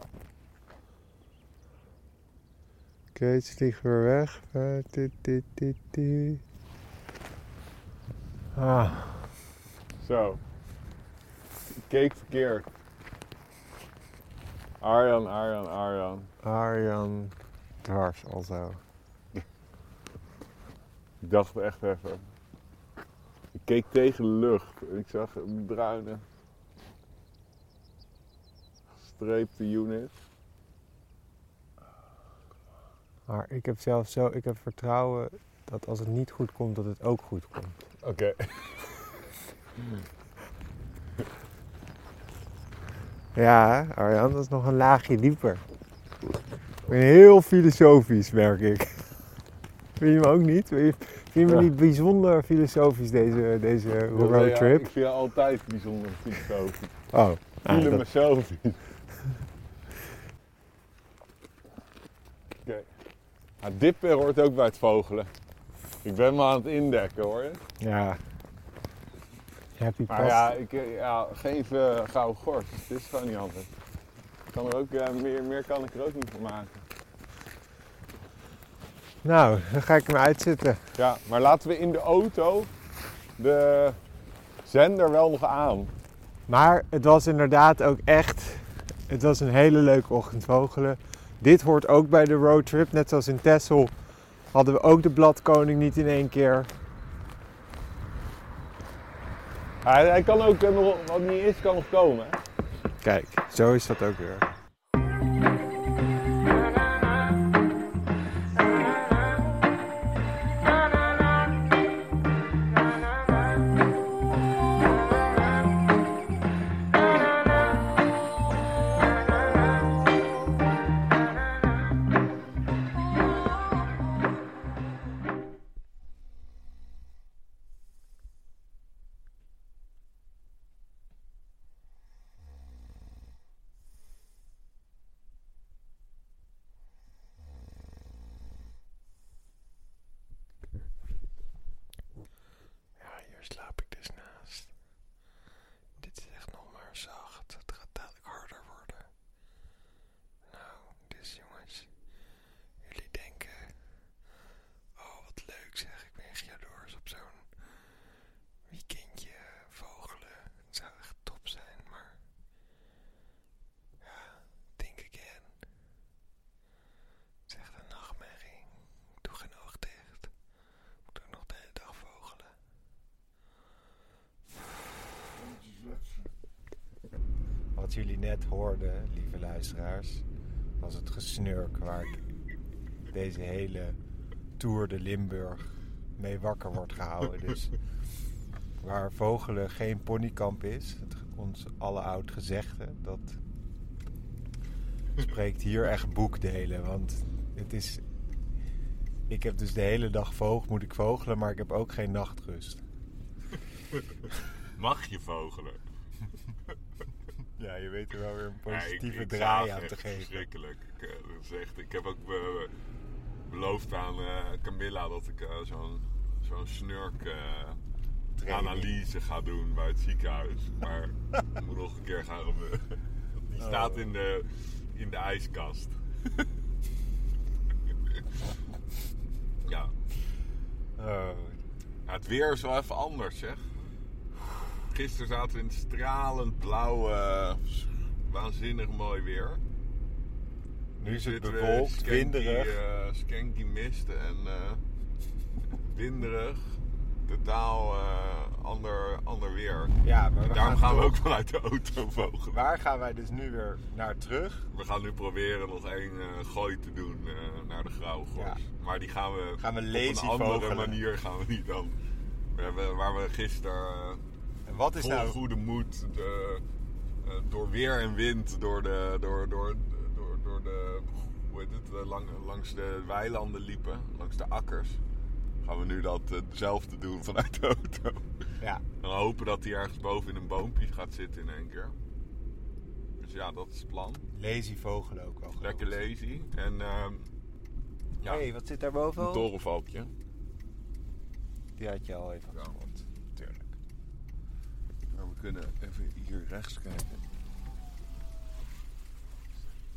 [SPEAKER 3] Oké, het vliegt weer weg. Eh, ti, ti, ti, ti. Ah,
[SPEAKER 1] Zo. Ik Keek verkeerd. Arjan, Arjan, Arjan.
[SPEAKER 3] Arjan dwars also.
[SPEAKER 1] Ik dacht echt even. Ik keek tegen de lucht. Ik zag een bruine. Streepte unit.
[SPEAKER 3] Maar ik heb zelf zo, ik heb vertrouwen dat als het niet goed komt, dat het ook goed komt.
[SPEAKER 1] Oké.
[SPEAKER 3] Ja, Arjan, dat is nog een laagje dieper. Ik ben heel filosofisch, merk ik. [laughs] Vind je me ook niet? Vind je, vind je
[SPEAKER 1] Ja.
[SPEAKER 3] me niet bijzonder filosofisch, deze, deze roadtrip?
[SPEAKER 1] ik vind jou altijd bijzonder filosofisch.
[SPEAKER 3] Oh, ah,
[SPEAKER 1] Fielen
[SPEAKER 3] dat-
[SPEAKER 1] mezelf Oké. Ah, dippen hoort ook bij het vogelen. Ik ben me aan het indekken hoor.
[SPEAKER 3] ja. Happy past.
[SPEAKER 1] Maar ja, ik, eh, ja geef eh gauw gors. Het is gewoon niet anders. Ik Kan er ook, eh, meer, meer kan ik er ook niet van maken.
[SPEAKER 3] Nou, dan ga ik hem uitzitten.
[SPEAKER 1] Ja, maar laten we in de auto de zender wel nog aan.
[SPEAKER 3] Maar het was inderdaad ook echt. Het was een hele leuke ochtend vogelen. Dit hoort ook bij de roadtrip. Net zoals in Texel hadden we ook de bladkoning niet in één keer.
[SPEAKER 1] Hij, hij kan ook eh, nog, wat niet is, kan nog komen. hè?
[SPEAKER 3] Kijk, zo is dat ook weer.
[SPEAKER 5] Ja, hier slaap ik dus naast. Dit is echt nog maar zacht. Het gaat dadelijk harder worden. Nou, dus jongens. Jullie denken... Oh, wat leuk zeg. Ik ben echt jaloers op zo'n weekendje vogelen. Het zou echt top zijn, maar... Ja, think again. Het is echt een nachtmerrie. Ik doe geen oog dicht. Ik moet ook nog de hele dag vogelen.
[SPEAKER 6] Wat jullie net hoorden, lieve luisteraars, was het gesnurk waar [laughs] ik deze hele Tour de Limburg mee wakker wordt gehouden. Dus waar vogelen geen ponykamp is, het, ons alle oud gezegde, dat spreekt hier echt boekdelen. Want het is
[SPEAKER 3] Ik heb dus de hele dag vogel, moet ik vogelen, maar ik heb ook geen nachtrust.
[SPEAKER 1] Mag je vogelen?
[SPEAKER 3] Ja, je weet er wel weer een
[SPEAKER 1] Ja,
[SPEAKER 3] positieve
[SPEAKER 1] ik- ik
[SPEAKER 3] draai
[SPEAKER 1] zaag
[SPEAKER 3] aan
[SPEAKER 1] echt
[SPEAKER 3] te
[SPEAKER 1] [laughs]
[SPEAKER 3] geven.
[SPEAKER 1] Verschrikkelijk. Ik, eh, dat is echt, ik heb ook be- beloofd aan eh, Camilla dat ik eh, zo'n zo'n snurk eh, analyse ga doen bij het ziekenhuis.
[SPEAKER 3] [laughs]
[SPEAKER 1] Maar dat moet nog een keer gaan gebeuren. Die
[SPEAKER 3] Oh.
[SPEAKER 1] staat in de, in de ijskast. [laughs] ja.
[SPEAKER 3] Oh,
[SPEAKER 1] Ja, het weer is wel even anders, zeg. Gisteren zaten we in het stralend blauw, eh, waanzinnig mooi weer.
[SPEAKER 3] nu is het
[SPEAKER 1] Zitten we
[SPEAKER 3] bewolkt,
[SPEAKER 1] skanky,
[SPEAKER 3] winderig.
[SPEAKER 1] eh, skanky mist en eh, winderig. Totaal eh, ander, ander weer.
[SPEAKER 3] Ja, maar we
[SPEAKER 1] Daarom gaan we
[SPEAKER 3] toch-
[SPEAKER 1] ook vanuit de auto vogelen.
[SPEAKER 3] Waar gaan wij dus nu weer naar terug?
[SPEAKER 1] We gaan nu proberen nog één eh, gooi te doen eh, naar de grauwgors.
[SPEAKER 3] Ja.
[SPEAKER 1] Maar die gaan we,
[SPEAKER 3] Gaan we
[SPEAKER 1] op
[SPEAKER 3] lazy
[SPEAKER 1] een andere
[SPEAKER 3] vogelen.
[SPEAKER 1] manier gaan we niet dan. We hebben, waar we gisteren... eh,
[SPEAKER 3] En wat is
[SPEAKER 1] vol
[SPEAKER 3] nou...
[SPEAKER 1] goede moed de, eh, door weer en wind, door de, door, door, door, door de, hoe heet het, eh, lang, langs de weilanden liepen, langs de akkers. Gaan we nu datzelfde doen vanuit de auto. [laughs]
[SPEAKER 3] Ja,
[SPEAKER 1] En hopen dat hij ergens boven in een boompje gaat zitten in één keer. Dus ja, dat is het plan.
[SPEAKER 3] lazy vogel ook wel.
[SPEAKER 1] Lekker lazy. En ehm ja,
[SPEAKER 3] Hé, hey, wat zit daar boven?
[SPEAKER 1] een torenvalkje.
[SPEAKER 3] Die had je al even gehoord. Tuurlijk.
[SPEAKER 1] Maar we kunnen even hier rechts kijken.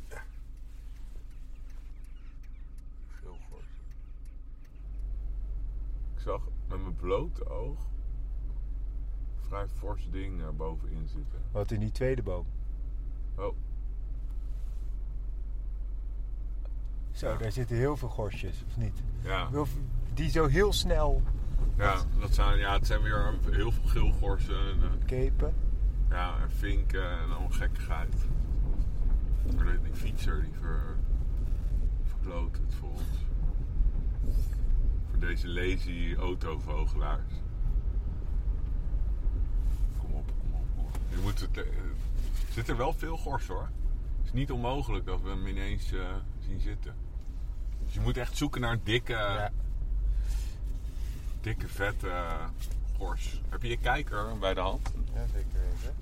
[SPEAKER 1] Ja. Heel goed. Ik zag met mijn blote oog een vrij fors ding er bovenin zitten.
[SPEAKER 3] Wat in die tweede boom?
[SPEAKER 1] Oh,
[SPEAKER 3] Zo, daar zitten heel veel gorsjes, of niet?
[SPEAKER 1] ja.
[SPEAKER 3] Wil- Die zo heel snel
[SPEAKER 1] Ja, dat zijn, ja het zijn weer heel veel geelgorsen en, eh,
[SPEAKER 3] kepen.
[SPEAKER 1] ja, en vinken en allemaal gekkigheid. Maar die fietser die ver, verkloot het voor ons. Voor deze lazy autovogelaars. Kom op, kom op. kom op. Nu moet het, eh, zit er wel veel gors hoor. Het is niet onmogelijk dat we hem ineens eh, zien zitten. Dus je moet echt zoeken naar dikke,
[SPEAKER 3] Ja.
[SPEAKER 1] dikke vette eh, gors. Heb je je kijker bij de hand?
[SPEAKER 3] Ja, zeker weten.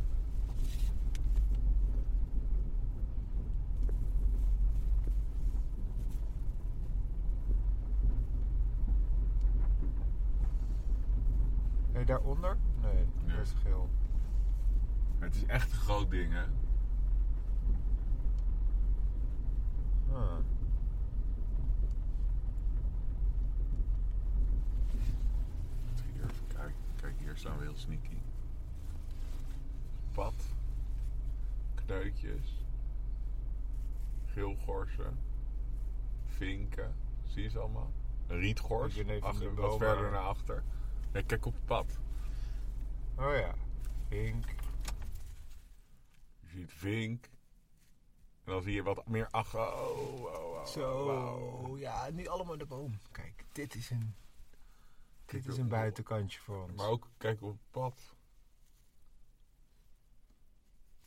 [SPEAKER 3] Nee, daaronder? Nee, dat is geel.
[SPEAKER 1] Het is echt een groot ding, hè?
[SPEAKER 3] Ah.
[SPEAKER 1] Hier even kijken. Kijk, hier staan we heel sneaky. Pad. Kneutjes. Geelgorsen. Vinken. Zie je ze allemaal? Een rietgors.
[SPEAKER 3] Ik ben even
[SPEAKER 1] Achter,
[SPEAKER 3] de
[SPEAKER 1] wat
[SPEAKER 3] bomen-
[SPEAKER 1] verder naar achter. Nee, kijk op het pad.
[SPEAKER 3] Oh ja, pink.
[SPEAKER 1] Je ziet vink. En dan zie je wat meer achter. Oh, oh, oh,
[SPEAKER 3] Zo,
[SPEAKER 1] oh.
[SPEAKER 3] ja, nu allemaal de boom. Kijk, dit is een, dit
[SPEAKER 1] Kijk,
[SPEAKER 3] is een
[SPEAKER 1] oh.
[SPEAKER 3] buitenkantje voor ons.
[SPEAKER 1] Maar ook kijk op het pad.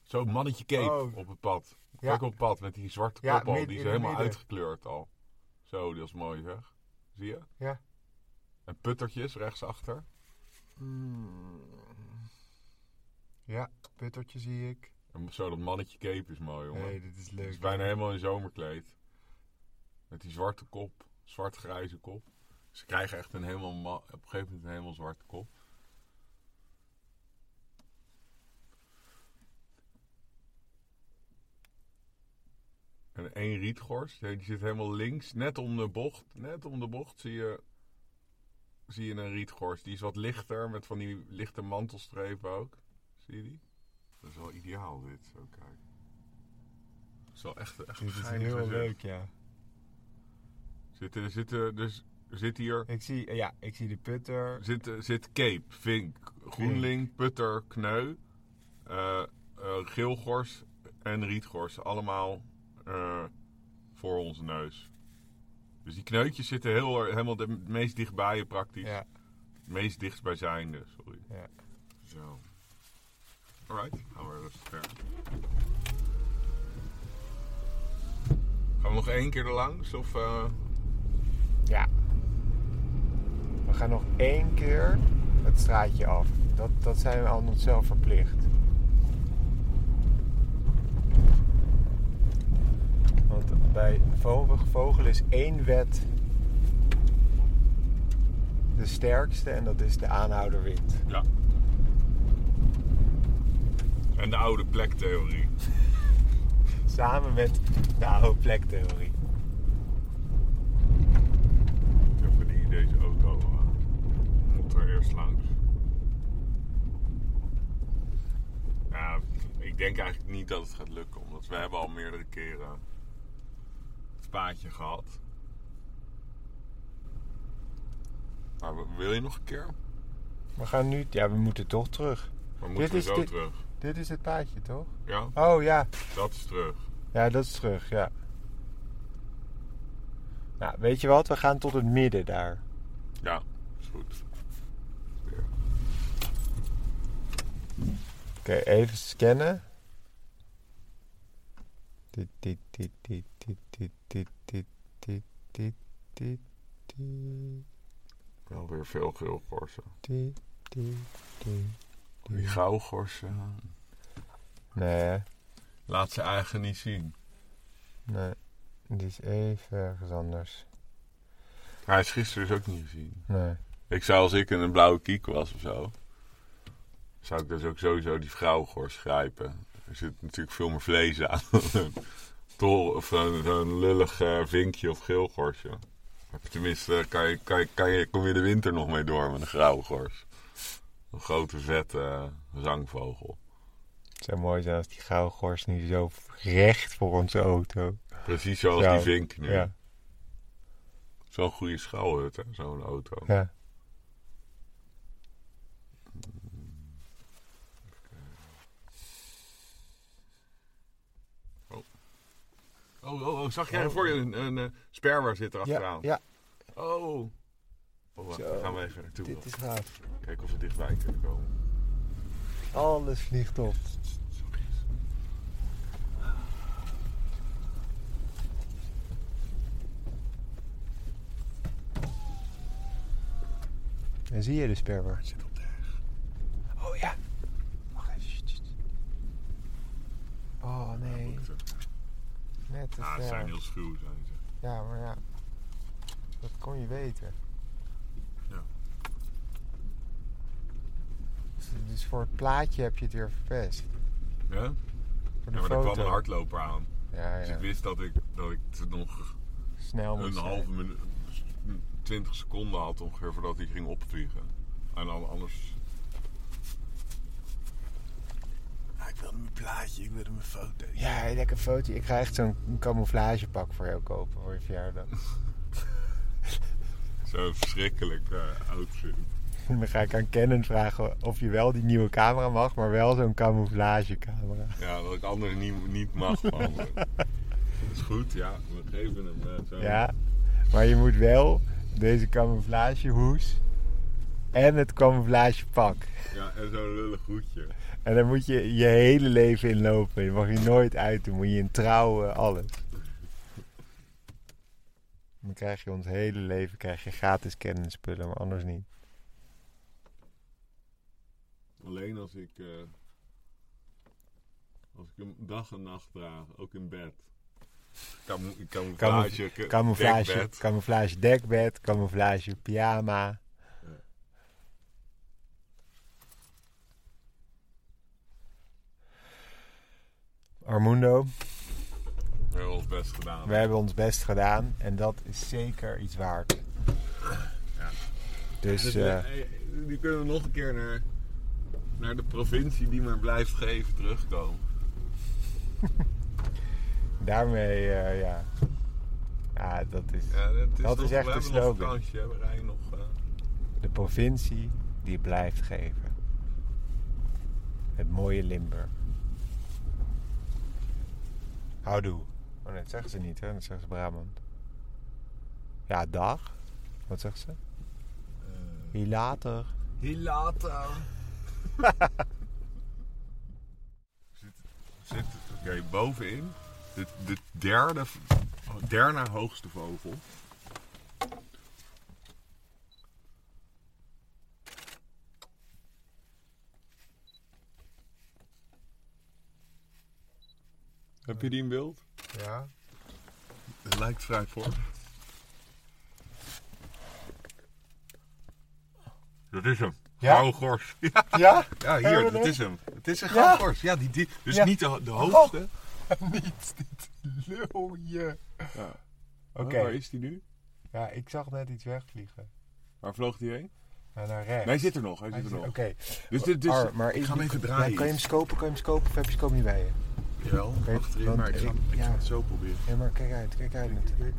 [SPEAKER 1] Zo'n mannetje cape
[SPEAKER 3] Oh.
[SPEAKER 1] op het pad.
[SPEAKER 3] Ja.
[SPEAKER 1] Kijk op het pad met die zwarte
[SPEAKER 3] Ja,
[SPEAKER 1] kop al.
[SPEAKER 3] midden
[SPEAKER 1] Die is
[SPEAKER 3] in het
[SPEAKER 1] helemaal
[SPEAKER 3] midden.
[SPEAKER 1] uitgekleurd al. Zo, dat is mooi zeg. Zie je?
[SPEAKER 3] Ja.
[SPEAKER 1] En puttertjes rechtsachter.
[SPEAKER 3] Ja, puttertje zie ik.
[SPEAKER 1] En zo, dat mannetje cape is mooi jongen.
[SPEAKER 3] Nee, dit is
[SPEAKER 1] het
[SPEAKER 3] leuk.
[SPEAKER 1] is bijna helemaal in zomerkleed. Met die zwarte kop. Zwart-grijze kop. Ze krijgen echt een helemaal, ma- op een gegeven moment een helemaal zwarte kop. En één rietgors, die die zit helemaal links, net om de bocht. Net om de bocht zie je, zie je een rietgors. Die is wat lichter, met van die lichte mantelstrepen ook. Zie je die? Dat is wel ideaal dit, zo kijk. Dat is wel echt, echt
[SPEAKER 3] Dit is
[SPEAKER 1] geinig
[SPEAKER 3] heel
[SPEAKER 1] gezicht.
[SPEAKER 3] leuk, ja.
[SPEAKER 1] Zit, er zit, er- dus, er zit hier
[SPEAKER 3] Ik zie, ja, ik zie de putter.
[SPEAKER 1] zit, er- zit Cape, Vink, Groenling, Putter, Kneu, eh, eh, Geelgors en Rietgors. Allemaal eh, voor onze neus. Dus die kneutjes zitten heel, er- helemaal de meest dichtbij je praktisch.
[SPEAKER 3] Ja,
[SPEAKER 1] Meest dichtstbijzijnde, sorry.
[SPEAKER 3] ja.
[SPEAKER 1] Zo. Alright, gaan we rustig verder. Gaan we nog één keer er langs? Of, eh,
[SPEAKER 3] Ja, We gaan nog één keer het straatje af. Dat, dat zijn we aan onszelf verplicht. Want bij vogel, vogel is één wet de sterkste en dat is de aanhouderwind.
[SPEAKER 1] Ja. En de oude plektheorie.
[SPEAKER 3] Samen met de oude plektheorie.
[SPEAKER 1] Ja, voor die deze auto eh, moet er eerst langs. Ja, ik denk eigenlijk niet dat het gaat lukken, omdat we hebben al meerdere keren het paadje gehad. Maar w- wil je nog een keer?
[SPEAKER 3] We gaan nu, ja, we moeten toch terug.
[SPEAKER 1] Maar moeten we
[SPEAKER 3] is
[SPEAKER 1] zo
[SPEAKER 3] dit-
[SPEAKER 1] terug?
[SPEAKER 3] Dit is het paadje, toch?
[SPEAKER 1] Ja,
[SPEAKER 3] Oh ja,
[SPEAKER 1] dat is terug.
[SPEAKER 3] ja, dat is terug, ja. Nou, weet je wat? We gaan tot het midden daar.
[SPEAKER 1] Ja, is goed. Weer.
[SPEAKER 3] Oké, even scannen. Dit, dit, dit, dit, dit, dit, dit, dit, dit, dit, dit, dit,
[SPEAKER 1] Wel weer veel geelgorsen.
[SPEAKER 3] dit, dit, dit.
[SPEAKER 1] Die gauwgorsen.
[SPEAKER 3] Nee, hè?
[SPEAKER 1] Laat ze eigen niet zien.
[SPEAKER 3] nee. Dit is even ergens anders.
[SPEAKER 1] Hij is gisteren dus ook niet gezien.
[SPEAKER 3] Nee.
[SPEAKER 1] Ik zou als ik in een blauwe kiek was of zo, zou ik dus ook sowieso die vrouwengors grijpen. Er zit natuurlijk veel meer vlees aan dan een tol of een, zo'n lullig eh, vinkje of geelgorsje. Heb je Tenminste, eh, kan je, kan, je, kan je, kom je de winter nog mee door met een grauwgors. Een grote vette eh, zangvogel.
[SPEAKER 3] Het zou mooi zijn als die gauwgors nu zo recht voor onze auto.
[SPEAKER 1] Precies zoals
[SPEAKER 3] Zo,
[SPEAKER 1] die vink nu.
[SPEAKER 3] Ja,
[SPEAKER 1] Zo'n goede schouwhut, hè, zo'n auto.
[SPEAKER 3] ja.
[SPEAKER 1] Oh, oh, oh, zag jij voor je een, een eh, sperwer zit er
[SPEAKER 3] Ja,
[SPEAKER 1] achteraan?
[SPEAKER 3] ja.
[SPEAKER 1] Oh. Oh, wacht, daar gaan we even naartoe.
[SPEAKER 3] Dit is gaaf.
[SPEAKER 1] Kijken of we dichtbij kunnen komen.
[SPEAKER 3] Alles vliegt op. En zie je de sperwer?
[SPEAKER 1] Zit op de
[SPEAKER 3] Oh ja. Wacht even. Sst, sst. Oh nee,
[SPEAKER 1] hoogte.
[SPEAKER 3] net te
[SPEAKER 1] Ja, Ah, ze zijn
[SPEAKER 3] ver.
[SPEAKER 1] heel schuw, zijn ze.
[SPEAKER 3] Ja, maar ja. Dat kon je weten.
[SPEAKER 1] Ja.
[SPEAKER 3] Dus voor het plaatje heb je het weer verpest.
[SPEAKER 1] Ja? Ja,
[SPEAKER 3] Voor de
[SPEAKER 1] maar er
[SPEAKER 3] foto.
[SPEAKER 1] kwam een hardloper aan.
[SPEAKER 3] Ja,
[SPEAKER 1] Dus
[SPEAKER 3] ja.
[SPEAKER 1] ik wist dat ik, dat ik t- nog
[SPEAKER 3] Snel
[SPEAKER 1] een
[SPEAKER 3] moest zijn.
[SPEAKER 1] halve minuut, 20 seconden had ongeveer voordat hij ging opvliegen. En dan anders. ik wilde mijn plaatje, ik wilde mijn foto.
[SPEAKER 3] Ja, lekker foto. Ik ga echt zo'n camouflagepak voor jou kopen voor je verjaardag.
[SPEAKER 1] Zo'n verschrikkelijk eh, outfit.
[SPEAKER 3] En [laughs] dan ga ik aan Canon vragen of je wel die nieuwe camera mag, maar wel zo'n camouflagecamera.
[SPEAKER 1] Ja, dat ik anderen niet, niet mag. man. [laughs] dat is goed, ja. We geven hem eh, zo.
[SPEAKER 3] Ja, maar je moet wel deze camouflagehoes en het camouflagepak.
[SPEAKER 1] Ja, en zo'n lullig hoedje.
[SPEAKER 3] En daar moet je je hele leven in lopen. Je mag je nooit uit doen. Moet je in trouwen, alles. Dan krijg je ons hele leven krijg je gratis kennisspullen, maar anders niet.
[SPEAKER 1] Alleen als ik, eh, als ik hem dag en nacht draag, ook in bed. Camo- Camouflage, ca-
[SPEAKER 3] Camouflage,
[SPEAKER 1] dekbed.
[SPEAKER 3] camouflage dekbed, camouflage pyjama. Armundo,
[SPEAKER 1] We hebben ons best gedaan.
[SPEAKER 3] we hebben ons best gedaan en dat is zeker iets waard. Dus
[SPEAKER 1] Dus,
[SPEAKER 3] eh,
[SPEAKER 1] eh, die kunnen we nog een keer naar, naar de provincie die maar blijft geven terugkomen.
[SPEAKER 3] daarmee, eh, ja. Ja, dat is
[SPEAKER 1] Ja, dat is,
[SPEAKER 3] Dat
[SPEAKER 1] toch-
[SPEAKER 3] is echt
[SPEAKER 1] we
[SPEAKER 3] de
[SPEAKER 1] hebben nog
[SPEAKER 3] slogan.
[SPEAKER 1] een kansje, hè, we rijden nog. eh,
[SPEAKER 3] de provincie die blijft geven. Het mooie Limburg. Houdoe. Oh nee, dat zeggen ze niet, hè? Dat zeggen ze Brabant. Ja, dag. Wat zegt ze? Hier later.
[SPEAKER 1] Hilata. zit, zit oké, bovenin. De, de derde, derde hoogste vogel. Heb je die in beeld?
[SPEAKER 3] Ja.
[SPEAKER 1] Het lijkt vrij voor. Dat is hem.
[SPEAKER 3] Ja?
[SPEAKER 1] Gouden gors. Ja,
[SPEAKER 3] Ja?
[SPEAKER 1] ja,
[SPEAKER 3] Hebben
[SPEAKER 1] hier,
[SPEAKER 3] we
[SPEAKER 1] dat
[SPEAKER 3] dit?
[SPEAKER 1] is hem. Het is een
[SPEAKER 3] Ja?
[SPEAKER 1] gouden gors. Ja, die, die, dus
[SPEAKER 3] Ja.
[SPEAKER 1] niet de, de hoogste. [laughs]
[SPEAKER 3] Niet dit lulje.
[SPEAKER 1] Ja.
[SPEAKER 3] Oké.
[SPEAKER 1] Waar is die nu?
[SPEAKER 3] Ja, ik zag net iets wegvliegen.
[SPEAKER 1] Waar vloog die heen?
[SPEAKER 3] Maar naar rechts.
[SPEAKER 1] Nee, hij zit er nog. Hij
[SPEAKER 3] Hij
[SPEAKER 1] zit er
[SPEAKER 3] zit-
[SPEAKER 1] nog.
[SPEAKER 3] Oké.
[SPEAKER 1] Dus, dit dus
[SPEAKER 3] Ar, maar
[SPEAKER 1] ik
[SPEAKER 3] is
[SPEAKER 1] ga hem
[SPEAKER 3] die-
[SPEAKER 1] even
[SPEAKER 3] Ja,
[SPEAKER 1] draaien.
[SPEAKER 3] kan je hem scopen? Kan je hem scopen? Of heb je scope niet bij je?
[SPEAKER 1] Jawel,
[SPEAKER 3] Oké,
[SPEAKER 1] achterin,
[SPEAKER 3] want
[SPEAKER 1] maar ik ga,
[SPEAKER 3] ik-
[SPEAKER 1] ik ga
[SPEAKER 3] ja.
[SPEAKER 1] het zo proberen.
[SPEAKER 3] Ja, maar kijk uit. Kijk uit natuurlijk.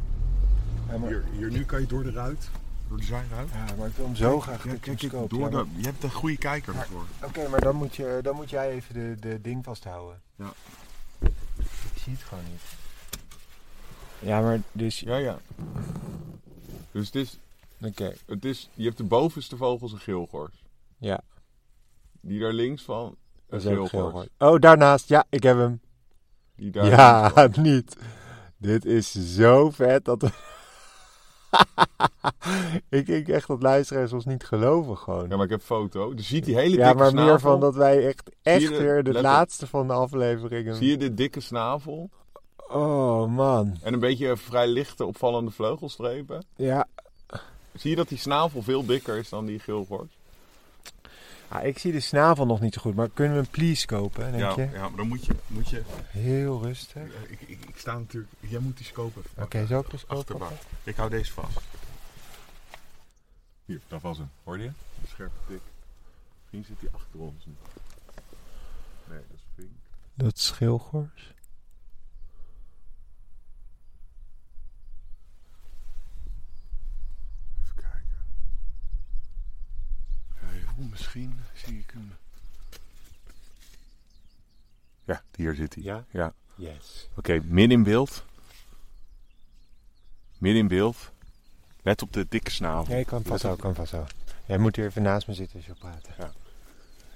[SPEAKER 3] Ja, maar,
[SPEAKER 1] Hier, hier, nu kan je door de ruit, door de zijruit.
[SPEAKER 3] ja, maar ik wil hem zo graag.
[SPEAKER 1] Ja,
[SPEAKER 3] dat ik hem
[SPEAKER 1] kijk, kijk,
[SPEAKER 3] scope.
[SPEAKER 1] door
[SPEAKER 3] Ja, maar-
[SPEAKER 1] de, je hebt een goede kijker ervoor.
[SPEAKER 3] Oké, maar dan moet, je, dan moet jij even de, de ding vasthouden.
[SPEAKER 1] Ja.
[SPEAKER 3] Ik zie het gewoon niet. Ja, maar dus...
[SPEAKER 1] Ja, ja. Dus het is, het is, je hebt de bovenste vogels een geelgors.
[SPEAKER 3] Ja.
[SPEAKER 1] Die daar links van, een geelgors.
[SPEAKER 7] Oh, daarnaast. Ja, ik heb hem.
[SPEAKER 1] Die daar links
[SPEAKER 7] ja,
[SPEAKER 1] van.
[SPEAKER 7] niet. Dit is zo vet dat... [laughs] ik denk echt dat luisteraars ons niet geloven gewoon.
[SPEAKER 1] Ja, maar ik heb foto. Dus ziet die hele
[SPEAKER 7] Ja,
[SPEAKER 1] dikke
[SPEAKER 7] maar
[SPEAKER 1] snavel.
[SPEAKER 7] meer van dat wij echt, echt
[SPEAKER 1] Zie je de-
[SPEAKER 7] weer de
[SPEAKER 1] let op.
[SPEAKER 7] laatste van de afleveringen.
[SPEAKER 1] Zie je dit dikke snavel?
[SPEAKER 7] Oh man.
[SPEAKER 1] En een beetje vrij lichte, opvallende vleugelstrepen.
[SPEAKER 7] Ja.
[SPEAKER 1] Zie je dat die snavel veel dikker is dan die geelgors?
[SPEAKER 3] Ah, ik zie de snavel nog niet zo goed, maar kunnen we een please kopen, denk je?
[SPEAKER 1] ja, maar dan moet je, moet je
[SPEAKER 3] Heel rustig. Oké,
[SPEAKER 1] Ik, ik, ik sta natuurlijk. Jij moet die scope even pakken.
[SPEAKER 3] zal ik de scope
[SPEAKER 1] Achterbak.
[SPEAKER 3] pakken?
[SPEAKER 1] Ik hou deze vast. Hier, daar was hem. Hoor je? Scherpe tik. Misschien zit hij achter ons. nu. Nee, dat is pink.
[SPEAKER 3] Dat schilgors.
[SPEAKER 1] Even kijken. Hey, oeh, misschien zie ik hem. Ja, hier zit hij.
[SPEAKER 3] Ja?
[SPEAKER 1] ja.
[SPEAKER 3] Yes.
[SPEAKER 1] Oké, midden in beeld. Midden in beeld. Let op de dikke snavel.
[SPEAKER 3] Nee, ik kan vast zo, kan vast zo. Jij moet hier even naast me zitten als je wil praten.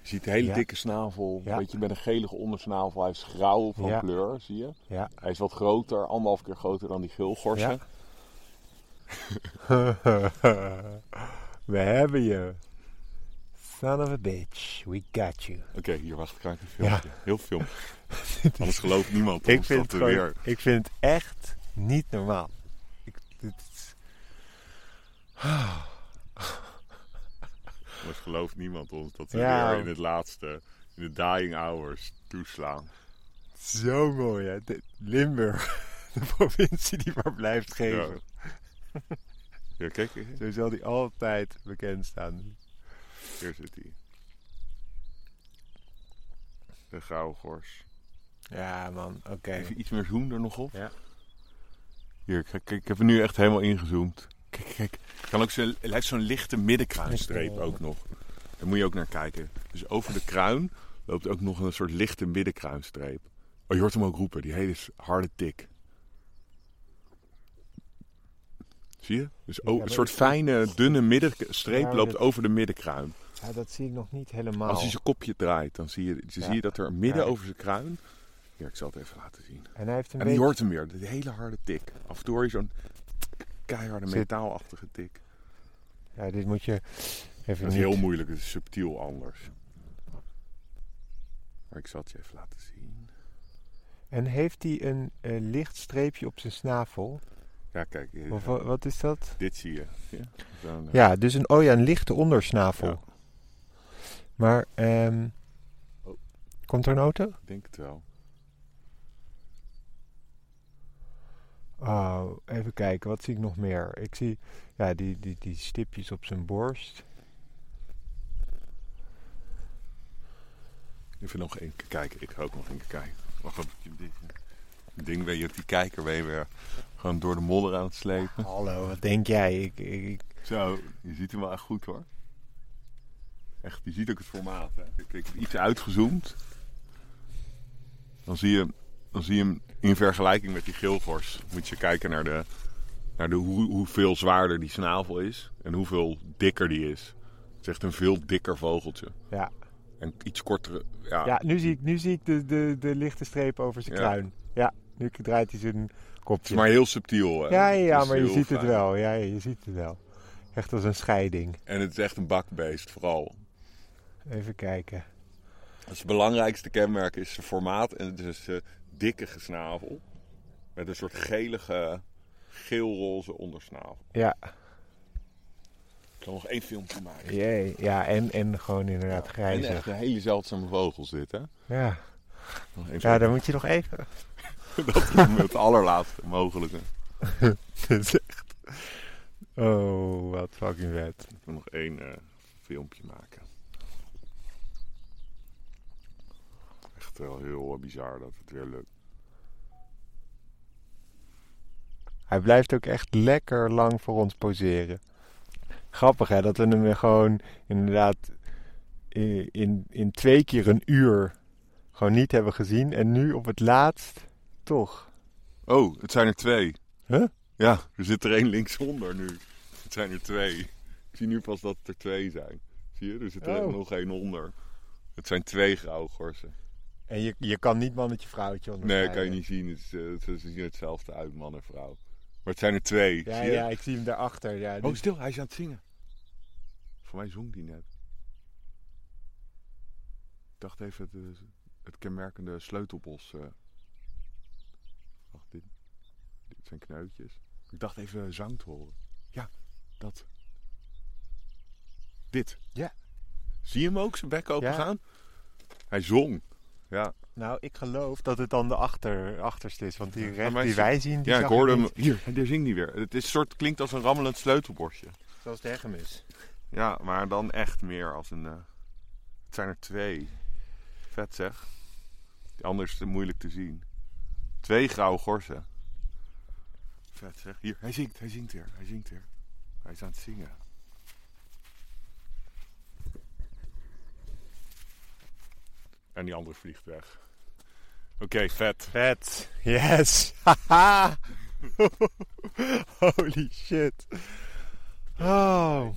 [SPEAKER 1] Je ziet een hele
[SPEAKER 3] Ja.
[SPEAKER 1] dikke snavel.
[SPEAKER 3] Ja.
[SPEAKER 1] Weet je, met een gelige ondersnavel. Hij is grauw van
[SPEAKER 3] Ja.
[SPEAKER 1] kleur, zie je.
[SPEAKER 3] Ja.
[SPEAKER 1] Hij is wat groter, anderhalf keer groter dan die gulgorsen. [laughs]
[SPEAKER 3] Ja. [laughs]
[SPEAKER 7] We hebben je.
[SPEAKER 3] Son of a bitch, we got you.
[SPEAKER 1] Oké, hier wacht, ik een filmpje. Heel veel. Anders gelooft niemand
[SPEAKER 3] Ik
[SPEAKER 1] ons
[SPEAKER 3] vind,
[SPEAKER 1] dat
[SPEAKER 3] het
[SPEAKER 1] er
[SPEAKER 3] gewoon-
[SPEAKER 1] weer...
[SPEAKER 3] ik vind het echt niet normaal. Ik, dit is-
[SPEAKER 1] Anders gelooft niemand ons dat we
[SPEAKER 3] Ja.
[SPEAKER 1] weer in het laatste, in de dying hours, toeslaan.
[SPEAKER 3] Zo mooi, hè? De- Limburg. [laughs] De provincie die maar blijft
[SPEAKER 1] Ja.
[SPEAKER 3] geven.
[SPEAKER 1] ja, kijk, hier
[SPEAKER 3] Zo zal die altijd bekend staan.
[SPEAKER 1] zit hij. De gouden
[SPEAKER 3] Ja, man. Oké.
[SPEAKER 1] Even iets meer zoom er nog op.
[SPEAKER 3] Ja.
[SPEAKER 1] Hier, kijk, kijk, ik heb er nu echt helemaal ingezoomd. Kijk, kijk. Het Kan ook zo, hij heeft zo'n lichte middenkruinstreep ook nog. Daar moet je ook naar kijken. Dus over de kruin loopt ook nog een soort lichte middenkruinstreep. Oh, je hoort hem ook roepen. Die hele s- harde tik. Zie je? Dus o- een soort fijne, dunne middenstreep
[SPEAKER 3] Ja,
[SPEAKER 1] loopt
[SPEAKER 3] dat-
[SPEAKER 1] over de middenkruin.
[SPEAKER 3] Ja, dat zie ik nog niet helemaal.
[SPEAKER 1] Als hij zijn kopje draait, dan zie je, dan zie je dat er midden over zijn kruin... Hier, ik zal het even laten zien.
[SPEAKER 3] En hij heeft een
[SPEAKER 1] En je
[SPEAKER 3] beetje...
[SPEAKER 1] hoort hem weer, die hele harde tik. Af en toe hoor je zo'n keiharde
[SPEAKER 3] Zit-
[SPEAKER 1] metaalachtige tik.
[SPEAKER 3] Ja, dit moet je even
[SPEAKER 1] Dat is
[SPEAKER 3] niet...
[SPEAKER 1] heel moeilijk, het is subtiel anders. Maar ik zal het je even laten zien.
[SPEAKER 3] En heeft hij een eh, licht streepje op zijn snavel?
[SPEAKER 1] Ja, kijk, hier-
[SPEAKER 3] Of wa- wat is dat?
[SPEAKER 1] dit zie je. Ja, Zo'n, eh,
[SPEAKER 3] Ja, dus een, oh ja, een lichte ondersnavel.
[SPEAKER 1] Ja.
[SPEAKER 3] Maar, ehm
[SPEAKER 1] Oh.
[SPEAKER 3] komt er een auto?
[SPEAKER 1] ik denk het wel.
[SPEAKER 3] Oh, even kijken, wat zie ik nog meer? Ik zie ja, die, die, die stipjes op zijn borst.
[SPEAKER 1] [laughs] Even nog één keer kijken, ik ga ook nog één keer kijken. Wacht op, je dit dit ding ben je op die kijker ben je weer gewoon door de modder aan het slepen.
[SPEAKER 3] Hallo, wat denk jij? Ik, ik, ik-
[SPEAKER 1] Zo, je ziet hem wel echt goed hoor. Echt, je ziet ook het formaat. Hè? Ik, ik heb iets uitgezoomd. Dan zie, je, dan zie je hem in vergelijking met die geelgors. Moet je kijken naar, de, naar de, hoe, hoeveel zwaarder die snavel is. En hoeveel dikker die is. Het is echt een veel dikker vogeltje.
[SPEAKER 3] ja.
[SPEAKER 1] En iets kortere... Ja,
[SPEAKER 3] ja, nu zie ik, nu zie ik de, de, de lichte streep over zijn
[SPEAKER 1] Ah. Ja.
[SPEAKER 3] kruin. Ja, nu draait hij zijn
[SPEAKER 1] Het
[SPEAKER 3] kopje.
[SPEAKER 1] is maar heel subtiel. Hè?
[SPEAKER 3] ja, ja, ja,
[SPEAKER 1] Het is
[SPEAKER 3] maar je
[SPEAKER 1] heel
[SPEAKER 3] ziet het
[SPEAKER 1] fijn.
[SPEAKER 3] wel. Ja, je ziet het wel. Echt als een scheiding.
[SPEAKER 1] En het is echt een bakbeest vooral.
[SPEAKER 3] Even kijken.
[SPEAKER 1] Het belangrijkste kenmerk is zijn formaat en dus eh, dikke gesnavel. Met een soort gelige, geelroze ondersnavel.
[SPEAKER 3] Ja,
[SPEAKER 1] Ik kan nog één filmpje maken.
[SPEAKER 3] jee. Ja, en, en gewoon inderdaad
[SPEAKER 1] En echt
[SPEAKER 3] grijzig.
[SPEAKER 1] een hele zeldzame vogel zit, hè?
[SPEAKER 3] Ja.
[SPEAKER 1] Nog één
[SPEAKER 3] ja, dan moet je nog even. [laughs]
[SPEAKER 1] [laughs] Dat is het allerlaatste mogelijke. Ik
[SPEAKER 3] Dat is echt... Oh, wat fucking vet.
[SPEAKER 1] wil nog één eh, filmpje maken. Echt wel heel eh, bizar dat het weer lukt.
[SPEAKER 3] Hij blijft ook echt lekker lang voor ons poseren. Grappig hè, dat we hem weer gewoon inderdaad i- in, in twee keer een uur gewoon niet hebben gezien. En nu op het laatst toch.
[SPEAKER 1] Oh, het zijn er twee.
[SPEAKER 3] Huh?
[SPEAKER 1] Ja, er zit er één linksonder nu. Het zijn er twee. Ik zie nu pas dat het er twee zijn. Zie je, er zit er
[SPEAKER 3] Oh.
[SPEAKER 1] nog één onder. Het zijn twee grauwgorsen.
[SPEAKER 3] En je, je kan niet mannetje vrouwtje
[SPEAKER 1] Nee,
[SPEAKER 3] onderscheiden.
[SPEAKER 1] kan je niet zien. Het is, eh, het- ze zien hetzelfde uit, man en vrouw. Maar het zijn er twee.
[SPEAKER 3] Ja,
[SPEAKER 1] zie je?
[SPEAKER 3] ja, ik zie hem daarachter. Ja,
[SPEAKER 1] Oh,
[SPEAKER 3] die-
[SPEAKER 1] stil, hij is aan het zingen. Voor mij zong die net. Ik dacht even het, eh, het kenmerkende sleutelbos. eh. Wacht, dit, dit zijn kneutjes. Ik dacht even eh, zang te horen. Ja, dat. Dit.
[SPEAKER 3] Ja.
[SPEAKER 1] Zie je hem ook, zijn bek open
[SPEAKER 3] Ja.
[SPEAKER 1] gaan? Hij zong. Ja,
[SPEAKER 3] Nou, ik geloof dat het dan de achter, achterste is. Want die recht
[SPEAKER 1] maar
[SPEAKER 3] die
[SPEAKER 1] ze-
[SPEAKER 3] wij zien, die
[SPEAKER 1] ja ik
[SPEAKER 3] zag
[SPEAKER 1] hoorde hem.
[SPEAKER 3] niet.
[SPEAKER 1] Hier, en daar zingt hij weer. Het is soort, klinkt als een rammelend sleutelbosje.
[SPEAKER 3] Zoals de hegemus.
[SPEAKER 1] Ja, maar dan echt meer als een. eh, het zijn er twee. Vet zeg. Anders is het moeilijk te zien. Twee grauwe gorsen. Vet zeg. Hier, hij zingt, hij zingt weer, hij zingt weer. Hij is aan het zingen. En die andere vliegt weg. Oké, vet.
[SPEAKER 3] Vet. Yes. [laughs] Haha. Holy shit. Oh.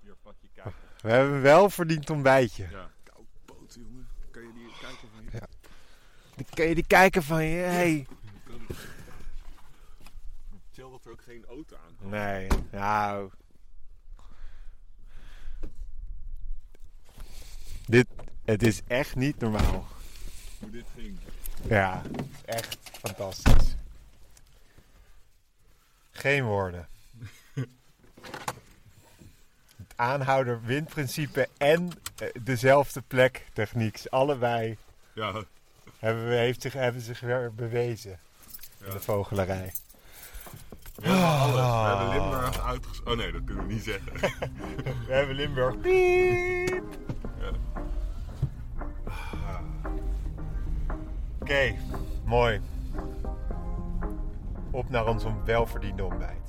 [SPEAKER 1] Hier, pak je kijker.
[SPEAKER 3] We hebben wel verdiend ontbijtje.
[SPEAKER 1] Ja. Koud poot, jongen. Kan je die kijken van je?
[SPEAKER 3] Dan kun je die kijken van je. Hey.
[SPEAKER 1] Chill dat er ook geen auto aan
[SPEAKER 3] Nee. Nou. Dit, het is echt niet normaal.
[SPEAKER 1] Hoe dit ging.
[SPEAKER 3] Ja, echt fantastisch. Geen woorden. [laughs] Het aanhouder windprincipe en eh, dezelfde plek techniek. Allebei
[SPEAKER 1] Ja,
[SPEAKER 3] hebben, we- heeft zich, hebben zich weer bewezen in de vogelarij.
[SPEAKER 1] We hebben alles. We hebben Limburg uitges... Oh nee, dat kunnen we niet zeggen.
[SPEAKER 3] We hebben Limburg. Oké, mooi. Op naar ons on- welverdiende ontbijt.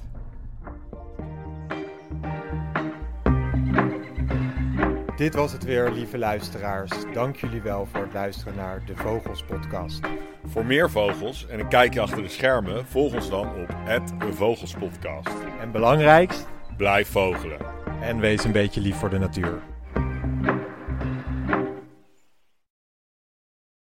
[SPEAKER 3] Dit was het weer, lieve luisteraars. Dank jullie wel voor het luisteren naar de Vogels Podcast.
[SPEAKER 1] [laughs] Voor meer vogels en een kijkje achter de schermen, volg ons dan op het Vogelspodcast.
[SPEAKER 3] En belangrijkst,
[SPEAKER 1] Blijf vogelen.
[SPEAKER 3] en wees een beetje lief voor de natuur.